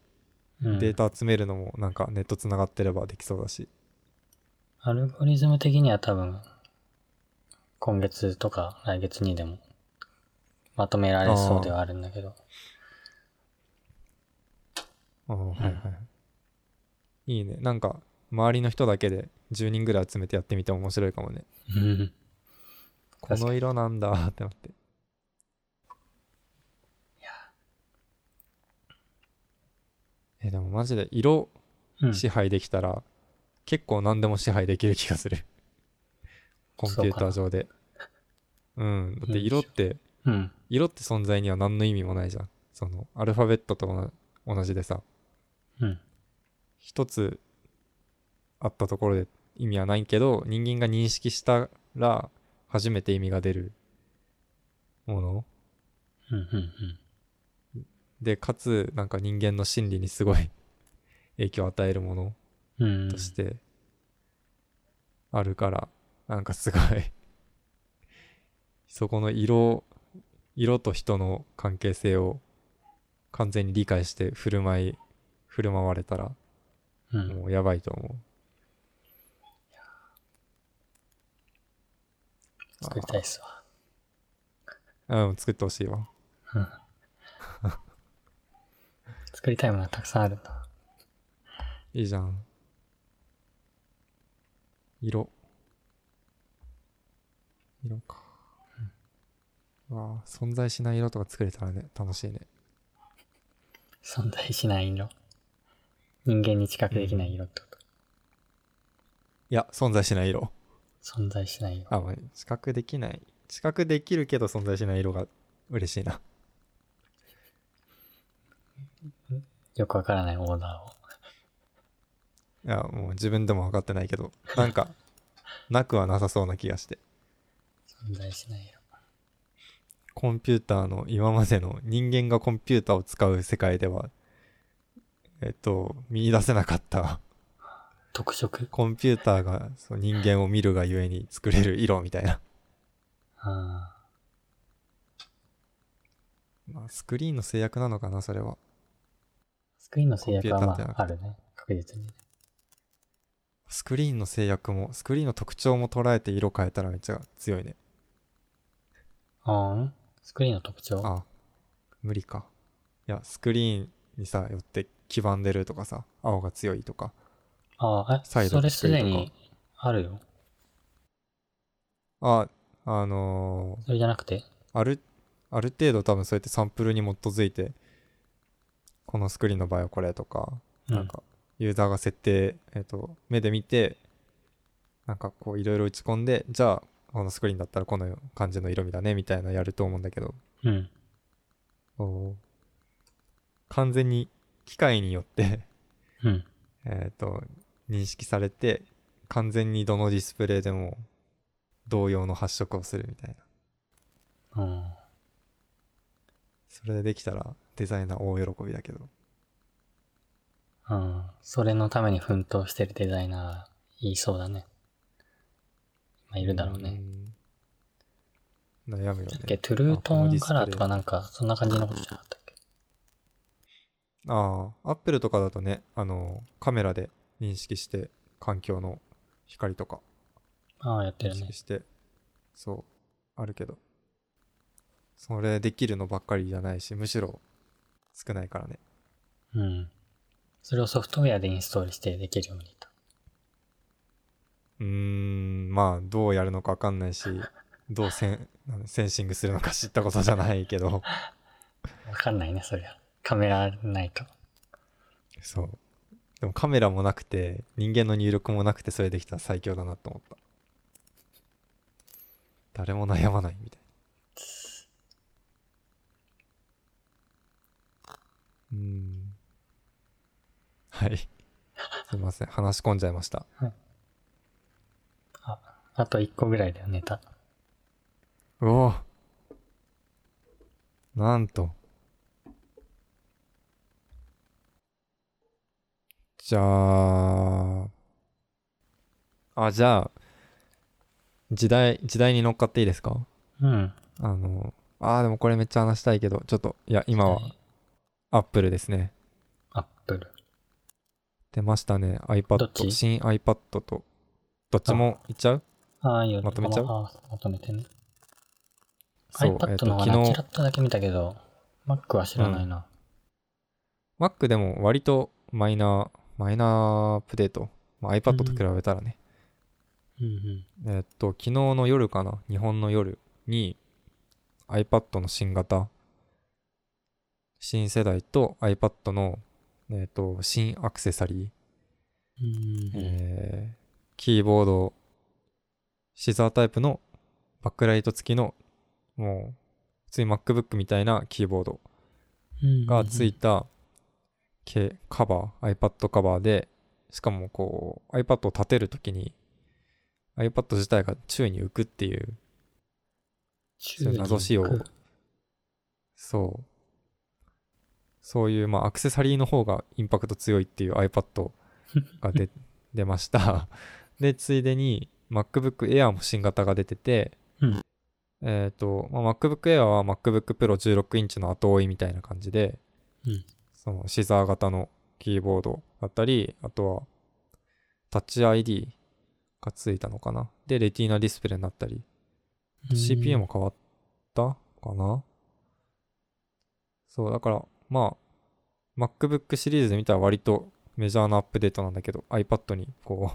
Speaker 1: うん
Speaker 2: データ集めるのもなんかネットつながってればできそうだし。
Speaker 1: アルゴリズム的には多分、今月とか来月にでも、まとめられそうではあるんだけど。
Speaker 2: ああはいはい。いいね。なんか、周りの人だけで10人ぐらい集めてやってみても面白いかもね。
Speaker 1: うん
Speaker 2: こ
Speaker 1: 確か
Speaker 2: の色なんだってなって。え、でもマジで色
Speaker 1: うん。
Speaker 2: 支配できたら、結構何でも支配できる気がする。コンピューター上で。うん。だって色って、
Speaker 1: うん。
Speaker 2: 色って存在には何の意味もないじゃん。その、アルファベットと同同じでさ、
Speaker 1: うん。
Speaker 2: 一つあったところで意味はないけど人間が認識したら初めて意味が出るもの
Speaker 1: うん。うん。
Speaker 2: でかつなんか人間の心理にすごい [LAUGHS] 影響を与えるもの
Speaker 1: うん。うん
Speaker 2: としてあるから、なんかすごい [LAUGHS] そこの色色と人の関係性を完全に理解して振る舞い振る舞われたら
Speaker 1: うん。
Speaker 2: もうやばいと思う
Speaker 1: 作りたいっすわ。
Speaker 2: うん、作ってほしいわ。
Speaker 1: 作りたいものはたくさんあるんだ。
Speaker 2: いいじゃん。色。色か。うん、わあ、存在しない色とか作れたらね、楽しいね。
Speaker 1: 存在しない色。人間に近くできない色ってこと。
Speaker 2: いや、存在しない色。
Speaker 1: 存在しない色。
Speaker 2: あ、まあ、知覚できない。知覚できるけど存在しない色が嬉しいな。 [LAUGHS]
Speaker 1: よくわからないオーダーを。
Speaker 2: いや、もう自分でも分かってないけど、なんか、 [LAUGHS] なくはなさそうな気がして。
Speaker 1: 存在しない色。
Speaker 2: コンピューターの今までの人間がコンピューターを使う世界では、えっと、見出せなかった [LAUGHS]
Speaker 1: 特色
Speaker 2: コンピューターがそう人間を見るがゆえに作れる色みたいな。 [LAUGHS]
Speaker 1: あ
Speaker 2: まあ、スクリーンの制約なのかな、それは。
Speaker 1: ースクリーンの制約は
Speaker 2: コン
Speaker 1: ま
Speaker 2: ピューターじゃなく
Speaker 1: あ、あるね。確実に。
Speaker 2: スクリーンの制約も、スクリーンの特徴も捉えて色変えたらめっちゃ強いね。
Speaker 1: あんスクリーンの特徴
Speaker 2: ああ、無理か。いや、スクリーンにさ、よって黄ばんでるとかさ、青が強いとか。
Speaker 1: ああ、
Speaker 2: サ
Speaker 1: え、
Speaker 2: イ
Speaker 1: そ
Speaker 2: ド
Speaker 1: れ
Speaker 2: の
Speaker 1: す
Speaker 2: 作り
Speaker 1: で
Speaker 2: とか
Speaker 1: にあるよ。
Speaker 2: あ、あの
Speaker 1: それじゃなくて
Speaker 2: ーある、ある程度多分そうやってサンプルに基づいて、このスクリーンの場合はこれとか、
Speaker 1: う
Speaker 2: なんか、ユーザーが設定、えっ、と、目で見て、なんかこう、いろいろ打ち込んで、じゃあ、このスクリーンだったらこの感じの色味だね、みたいなやると思うんだけど、
Speaker 1: うん。
Speaker 2: 完全に機械によって、
Speaker 1: うん。
Speaker 2: えっと、認識されて、完全にどのディスプレイでも同様の発色をするみたいな。
Speaker 1: うん。
Speaker 2: それでできたら、デザイナー大喜びだけど。
Speaker 1: うん。それのために奮闘してるデザイナー、いそうだね。まあ、いるだろうね。
Speaker 2: うん。悩むよ
Speaker 1: だっけ
Speaker 2: ね。
Speaker 1: トゥルート
Speaker 2: あこの
Speaker 1: ー
Speaker 2: ディ
Speaker 1: ン
Speaker 2: スプ
Speaker 1: カ
Speaker 2: レイ
Speaker 1: ラーとかなんか、そんな感じのことじゃなかったっけ
Speaker 2: ああ、アップルとかだとね、あの、カメラで認識して、環境の光とか
Speaker 1: ああ、やって
Speaker 2: 認
Speaker 1: るね
Speaker 2: 識。して、そう、あるけど、それできるのばっかりじゃないし、むしろ少ないからね。
Speaker 1: うん。それをソフトウェアでインストールしてできるようにと。
Speaker 2: うーん、まあ、どうやるのかわかんないし、どうセンセンシングするのか知ったことじゃないけど、 [LAUGHS]
Speaker 1: わかんないね、そりゃ。カメラないと。
Speaker 2: そう。でもカメラもなくて、人間の入力もなくて、それできたら最強だなと思った。誰も悩まないみたいな。うーん。はい。すいません。話し込んじゃいました。
Speaker 1: あと1個ぐらいだよ、ネタ。
Speaker 2: うおなんと。じゃあ、あ、じゃあ、時代、時代に乗っかっていいですか
Speaker 1: うん。
Speaker 2: あの、あーでもこれめっちゃ話したいけど、ちょっと、いや、今はアップルですね。
Speaker 1: アップル。
Speaker 2: 出ましたね。
Speaker 1: どっ
Speaker 2: iPad、
Speaker 1: ち
Speaker 2: 新 iPad とどっちもいっちゃう
Speaker 1: ああ、いいよ。
Speaker 2: まとめちゃう
Speaker 1: ああまとめてね。
Speaker 2: そう、え
Speaker 1: iPad
Speaker 2: っと、
Speaker 1: の
Speaker 2: 昨
Speaker 1: 方はな
Speaker 2: 日
Speaker 1: チラッとだけ見たけど、Mac は知らないな。
Speaker 2: Mac でも割とマイナー、マイナーアップデート。まあ、iPad と比べたらね。
Speaker 1: うんうん。
Speaker 2: えっと、昨日の夜かな、日本の夜に iPad の新型、新世代と iPad の、えっと、新アクセサリ
Speaker 1: うん
Speaker 2: ー、
Speaker 1: うん
Speaker 2: えーキーボード、シザータイプのバックライト付きの、もう、普通に MacBook みたいなキーボード
Speaker 1: うん。
Speaker 2: がついたけカバー iPad カバーでしかもこう iPad を立てるときに iPad 自体が宙に浮くっていうそういう謎仕様
Speaker 1: うん
Speaker 2: そうそういうまあアクセサリーの方がインパクト強いっていう iPad
Speaker 1: [LAUGHS]
Speaker 2: が出出ましたでついでに MacBook Air も新型が出てて、
Speaker 1: うん
Speaker 2: えっ、と、まあ、MacBook Air は MacBook Pro 16インチの後追いみたいな感じで、
Speaker 1: うん
Speaker 2: そのシザー型のキーボードだったり、あとはタッチ ID がついたのかな。で、レティーナディスプレイになったり、CPU も変わったかな。そう、だから、まあ、MacBook シリーズで見たら割とメジャーなアップデートなんだけど、iPad にこ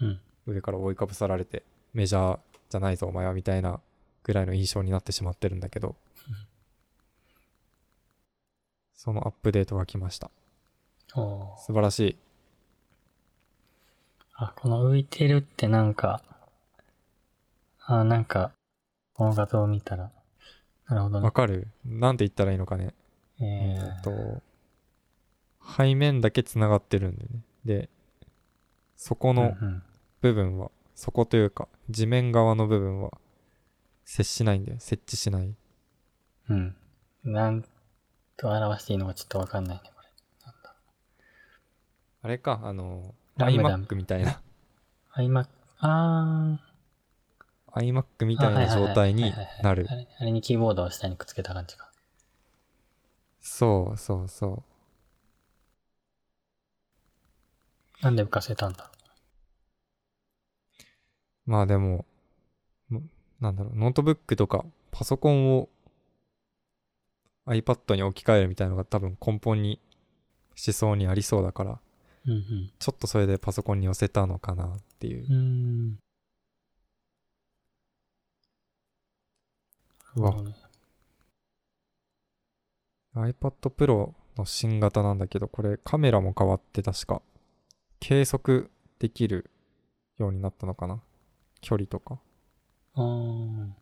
Speaker 2: う、
Speaker 1: うん
Speaker 2: 上から覆いかぶさられて、メジャーじゃないぞお前はみたいなぐらいの印象になってしまってるんだけど、そのアップデートが来ました。
Speaker 1: おー
Speaker 2: 素晴らしい。
Speaker 1: あ、この浮いてるってなんか、あ、なんか、この画像を見たら、なるほどね
Speaker 2: わ。かるなんて言ったらいいのかね。
Speaker 1: えー
Speaker 2: えーっと、背面だけつながってるんでね。で、そこの
Speaker 1: うんうん
Speaker 2: 部分は、そこというか、地面側の部分は、接しないんだよ。設置しない。
Speaker 1: うん。なんと表していいのかちょっとわかんないね、これ。
Speaker 2: あれか、あの、
Speaker 1: ラムダ
Speaker 2: iMac みた
Speaker 1: [LAUGHS]
Speaker 2: いな、
Speaker 1: あ、今、あ
Speaker 2: iMac み
Speaker 1: ー。
Speaker 2: たいな
Speaker 1: あはいはいはい
Speaker 2: 状態になる
Speaker 1: あ。れあれにキーボードを下にくっつけた感じか。
Speaker 2: そうそうそう。
Speaker 1: なんで浮かせたんだ
Speaker 2: まあでも、もなんだろう、ノートブックとかパソコンを iPad に置き換えるみたいなのが多分根本に思想にありそうだから、
Speaker 1: うんうん。
Speaker 2: ちょっとそれでパソコンに寄せたのかなっていう。
Speaker 1: うん。
Speaker 2: うわ、iPad Pro の新型なんだけど、これカメラも変わって確か計測できるようになったのかな距離とか。
Speaker 1: あー。も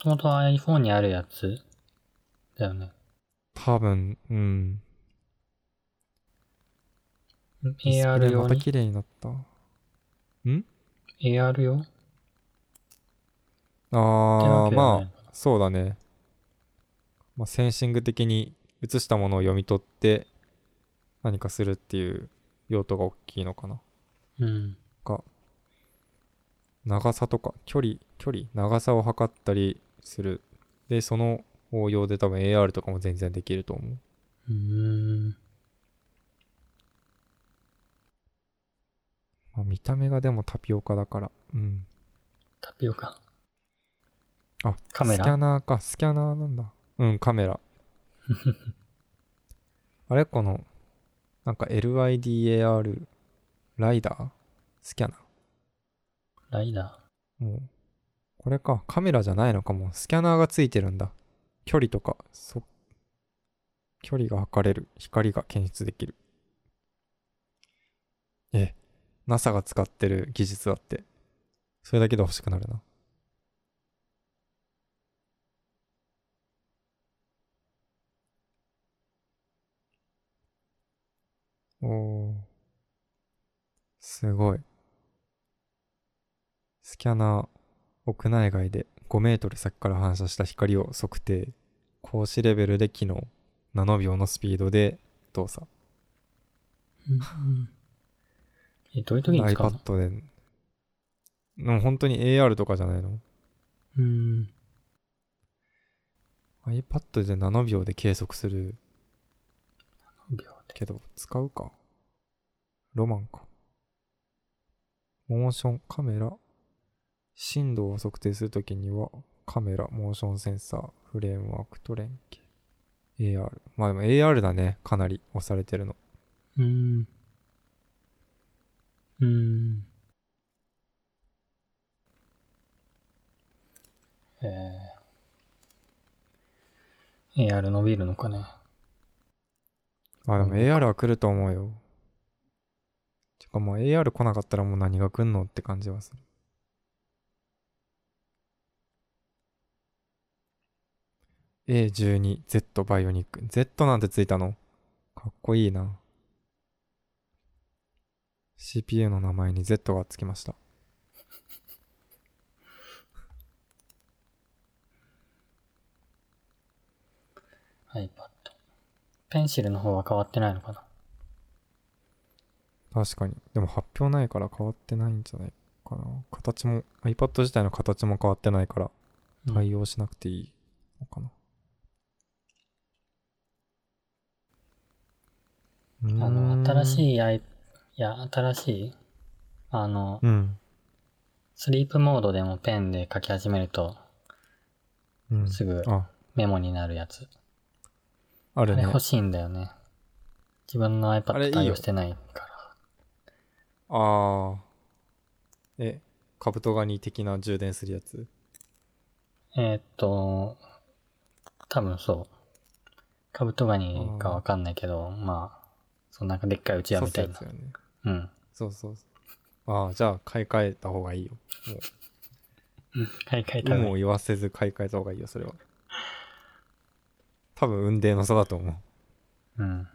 Speaker 1: ともと iPhone にあるやつだよね。
Speaker 2: 多分、うん。
Speaker 1: ん
Speaker 2: ディスプレ
Speaker 1: AR
Speaker 2: イ
Speaker 1: 用
Speaker 2: また
Speaker 1: に
Speaker 2: 綺麗になった。
Speaker 1: ?AR 用ってな
Speaker 2: あ
Speaker 1: わ
Speaker 2: ー、
Speaker 1: けではな
Speaker 2: まあ
Speaker 1: い、のか
Speaker 2: そうだね。まあ、センシング的に映したものを読み取って何かするっていう用途が大きいのかな。
Speaker 1: なうん。
Speaker 2: 長さとか距離、距離、長さを測ったりする。で、その応用で多分 AR とかも全然できると思う。
Speaker 1: うーん。
Speaker 2: まあ、見た目がでもタピオカだから。うん。
Speaker 1: タピオカ。
Speaker 2: あ、
Speaker 1: カメ
Speaker 2: スキャ
Speaker 1: ラ
Speaker 2: ナーか、スキャナーなんだ。うん、カ
Speaker 1: [LAUGHS]
Speaker 2: メラ。あれこの、なんか LIDAR、ライダースキャナ
Speaker 1: ライダ
Speaker 2: ー。もう、これか、カメラじゃないのかも。スキャナーがついてるんだ。距離とか、そ、距離が測れる。光が検出できる。え、NASA が使ってる技術だって。それだけで欲しくなるな。おおー。すごい。スキャナー、屋内外で5メートル先から反射した光を測定。光子レベルで機能。ナノ秒のスピードで動作。
Speaker 1: ー。え、どういう時に使うの
Speaker 2: iPad で。でも本当に AR とかじゃないの
Speaker 1: うーん。
Speaker 2: ?iPad で7秒で計測する
Speaker 1: 秒で。
Speaker 2: けど、使うか。ロマンか。モーションカメラ振動を測定するときにはカメラモーションセンサーフレームワークと連携 AR まあでも AR だねかなり押されてるの
Speaker 1: うーん。うーん。えー、AR 伸びるのかね。
Speaker 2: あでも
Speaker 1: うん
Speaker 2: AR は来ると思うよてかもう AR 来なかったらもう何が来んのって感じはする1 2 z バイオニック Z なんてついたのかっこいいな CPU の名前に Z がつきました
Speaker 1: iPad。ペンシルの方は変わってないのかな。
Speaker 2: 確かにでも発表ないから変わってないんじゃないかな形も iPad 自体の形も変わってないから
Speaker 1: うん
Speaker 2: 対応しなくていいのかな、うん、
Speaker 1: あの、新
Speaker 2: い
Speaker 1: しい i、いや、新しい、あの、
Speaker 2: うん、
Speaker 1: スリープモードでもペンで書き始めると
Speaker 2: うん、
Speaker 1: すぐ
Speaker 2: あ
Speaker 1: メモになるやつ。
Speaker 2: あ
Speaker 1: あ
Speaker 2: る
Speaker 1: れ
Speaker 2: ね
Speaker 1: 欲しいんだよね。自分の
Speaker 2: あれい
Speaker 1: iPad
Speaker 2: いよ
Speaker 1: 対応してないから。
Speaker 2: ああえカブトガニ的な充電するやつ
Speaker 1: えーっと、多分そう。カブトガニかわかんないけど、まあ、そんなんかでっかいうちわみたい
Speaker 2: 刺
Speaker 1: な
Speaker 2: す。やつよね
Speaker 1: うん。
Speaker 2: そうそうそうああじゃあ買い替えた方がいいよもう
Speaker 1: 買い替えた
Speaker 2: 有
Speaker 1: 方
Speaker 2: 無
Speaker 1: が
Speaker 2: を
Speaker 1: いい
Speaker 2: 言わせず買い替えた方がいいよそれは多分運命の差だと思う
Speaker 1: うん。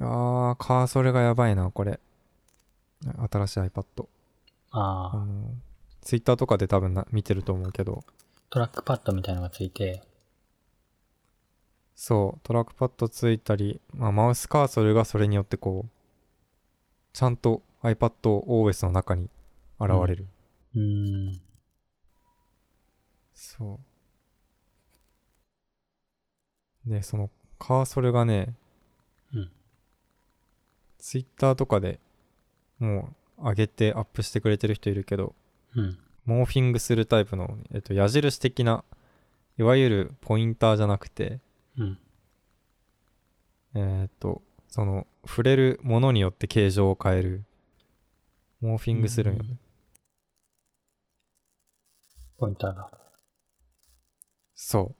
Speaker 2: あーカーソルがやばいなこれ新しい iPad
Speaker 1: あ
Speaker 2: あ
Speaker 1: あ、
Speaker 2: の Twitter とかで多分な見てると思うけど
Speaker 1: トラックパッドみたいなのがついて、
Speaker 2: そうトラックパッドついたり、まあ、マウスカーソルがそれによってこうちゃんと iPadOS の中に現れる、
Speaker 1: うーん。
Speaker 2: そうでそのカーソルがね
Speaker 1: うん
Speaker 2: ツイッターとかでもう上げてアップしてくれてる人いるけど
Speaker 1: うん。
Speaker 2: モーフィングするタイプの、えっと、矢印的ないわゆるポインターじゃなくて
Speaker 1: うん。
Speaker 2: えーっとその触れるものによって形状を変えるモーフィングするんよね、
Speaker 1: うポインターが。
Speaker 2: そう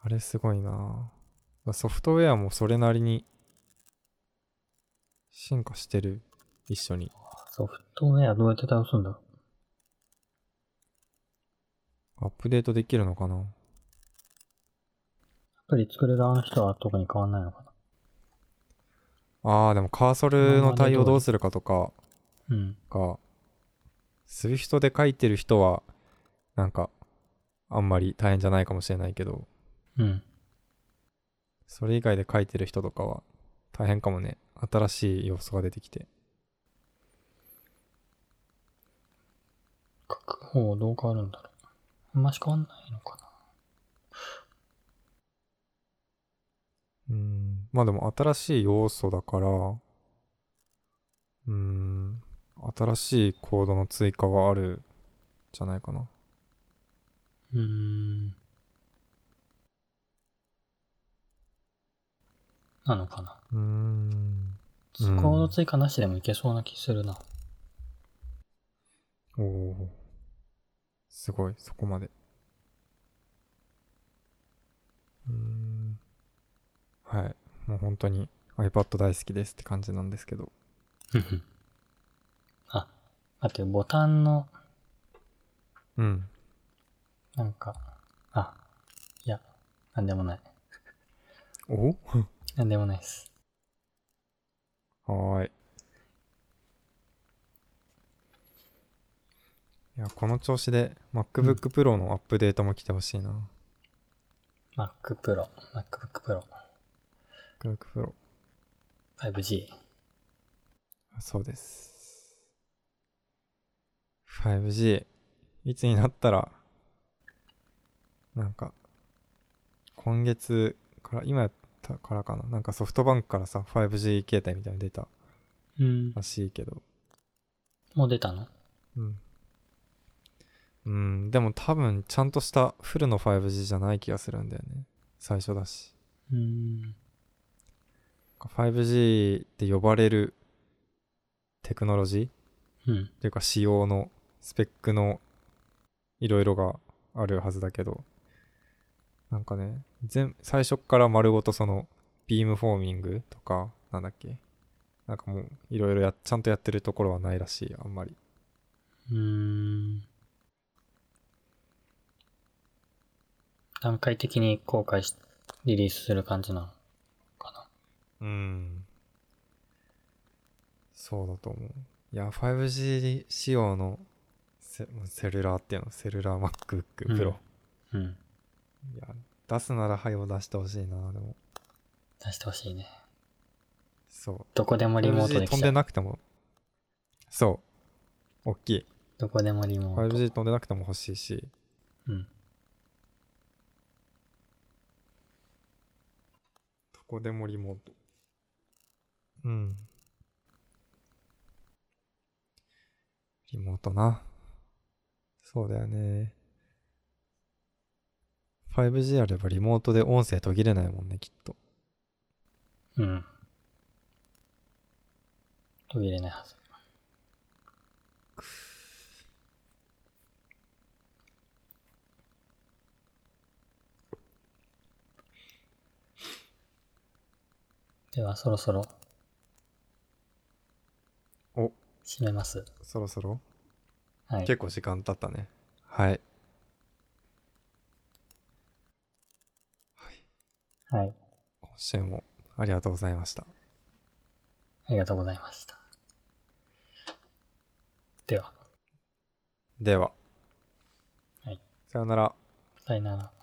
Speaker 2: あれすごいなぁソフトウェアもそれなりに進化してる一緒に
Speaker 1: ソフトウェアどうやって倒すんだろ
Speaker 2: アップデートできるのかな
Speaker 1: う。アプリ作る側の人は特に変わんないのか
Speaker 2: あーでもカーソルの対応どうするかとか
Speaker 1: な。うん。
Speaker 2: が SWIFT で書いてる人はなんかあんまり大変じゃないかもしれないけど
Speaker 1: うん。
Speaker 2: それ以外で書いてる人とかは大変かもね新しい要素が出てきて
Speaker 1: 書く方どう変わるんだろう。あんまし変わんないのかな。
Speaker 2: うんまあでも新しい要素だからうん新しいコードの追加はあるんじゃないかな
Speaker 1: うーん。なのかな。
Speaker 2: うん
Speaker 1: コ
Speaker 2: うん
Speaker 1: ード追加なしでもいけそうな気するな。
Speaker 2: おおすごいそこまでうーんはいもう本当に iPad 大好きですって感じなんですけど
Speaker 1: あ、待って、ボタンの、
Speaker 2: うん
Speaker 1: なんか、あ、いや、なんでもない。
Speaker 2: お
Speaker 1: なんでもないです。
Speaker 2: はーいいやこの調子で MacBook Pro のアップデートも来てほしいな、
Speaker 1: Mac Pro、MacBook Pro、
Speaker 2: MacBook Pro
Speaker 1: 5G。
Speaker 2: そうです 5G いつになったらなんか今月から今やったからかななんかソフトバンクからさ 5G 携帯みたいなの出た
Speaker 1: うん。
Speaker 2: らしいけど
Speaker 1: もう出たの
Speaker 2: うん、うん、でも多分ちゃんとしたフルの 5G じゃない気がするんだよね最初だし
Speaker 1: うん。
Speaker 2: 5G って呼ばれるテクノロジー
Speaker 1: うん。
Speaker 2: というか仕様のスペックのいろいろがあるはずだけどなんかね全最初っから丸ごとそのビームフォーミングとかなんだっけなんかもういろいろやちゃんとやってるところはないらしいあんまり
Speaker 1: うーん。段階的に公開し、リリースする感じなのかな。
Speaker 2: うんそうだと思ういや 5G 仕様のセセルラーっていうのセルラー MacBook
Speaker 1: うん
Speaker 2: Pro、
Speaker 1: うん。
Speaker 2: いや出すなら早を出してほしいなでも
Speaker 1: 出してほしいね。
Speaker 2: そう
Speaker 1: どこでもリモートで
Speaker 2: 5G 飛
Speaker 1: き
Speaker 2: ん
Speaker 1: ちゃ
Speaker 2: で
Speaker 1: う。
Speaker 2: なくてもそう大きい
Speaker 1: どこでもリモート。
Speaker 2: 5G 飛んでなくても欲しいし
Speaker 1: うん。
Speaker 2: どこでもリモートうんリモートなそうだよね 5G あればリモートで音声途切れないもんねきっと
Speaker 1: うん。途切れないはず。では、そろそろ。
Speaker 2: お
Speaker 1: 締めます。
Speaker 2: そろそろ
Speaker 1: はい。
Speaker 2: 結構時間経ったねはい
Speaker 1: はい。
Speaker 2: 今週もありがとうございました
Speaker 1: ありがとうございました。では、
Speaker 2: では、
Speaker 1: はい
Speaker 2: さよなら
Speaker 1: さよなら。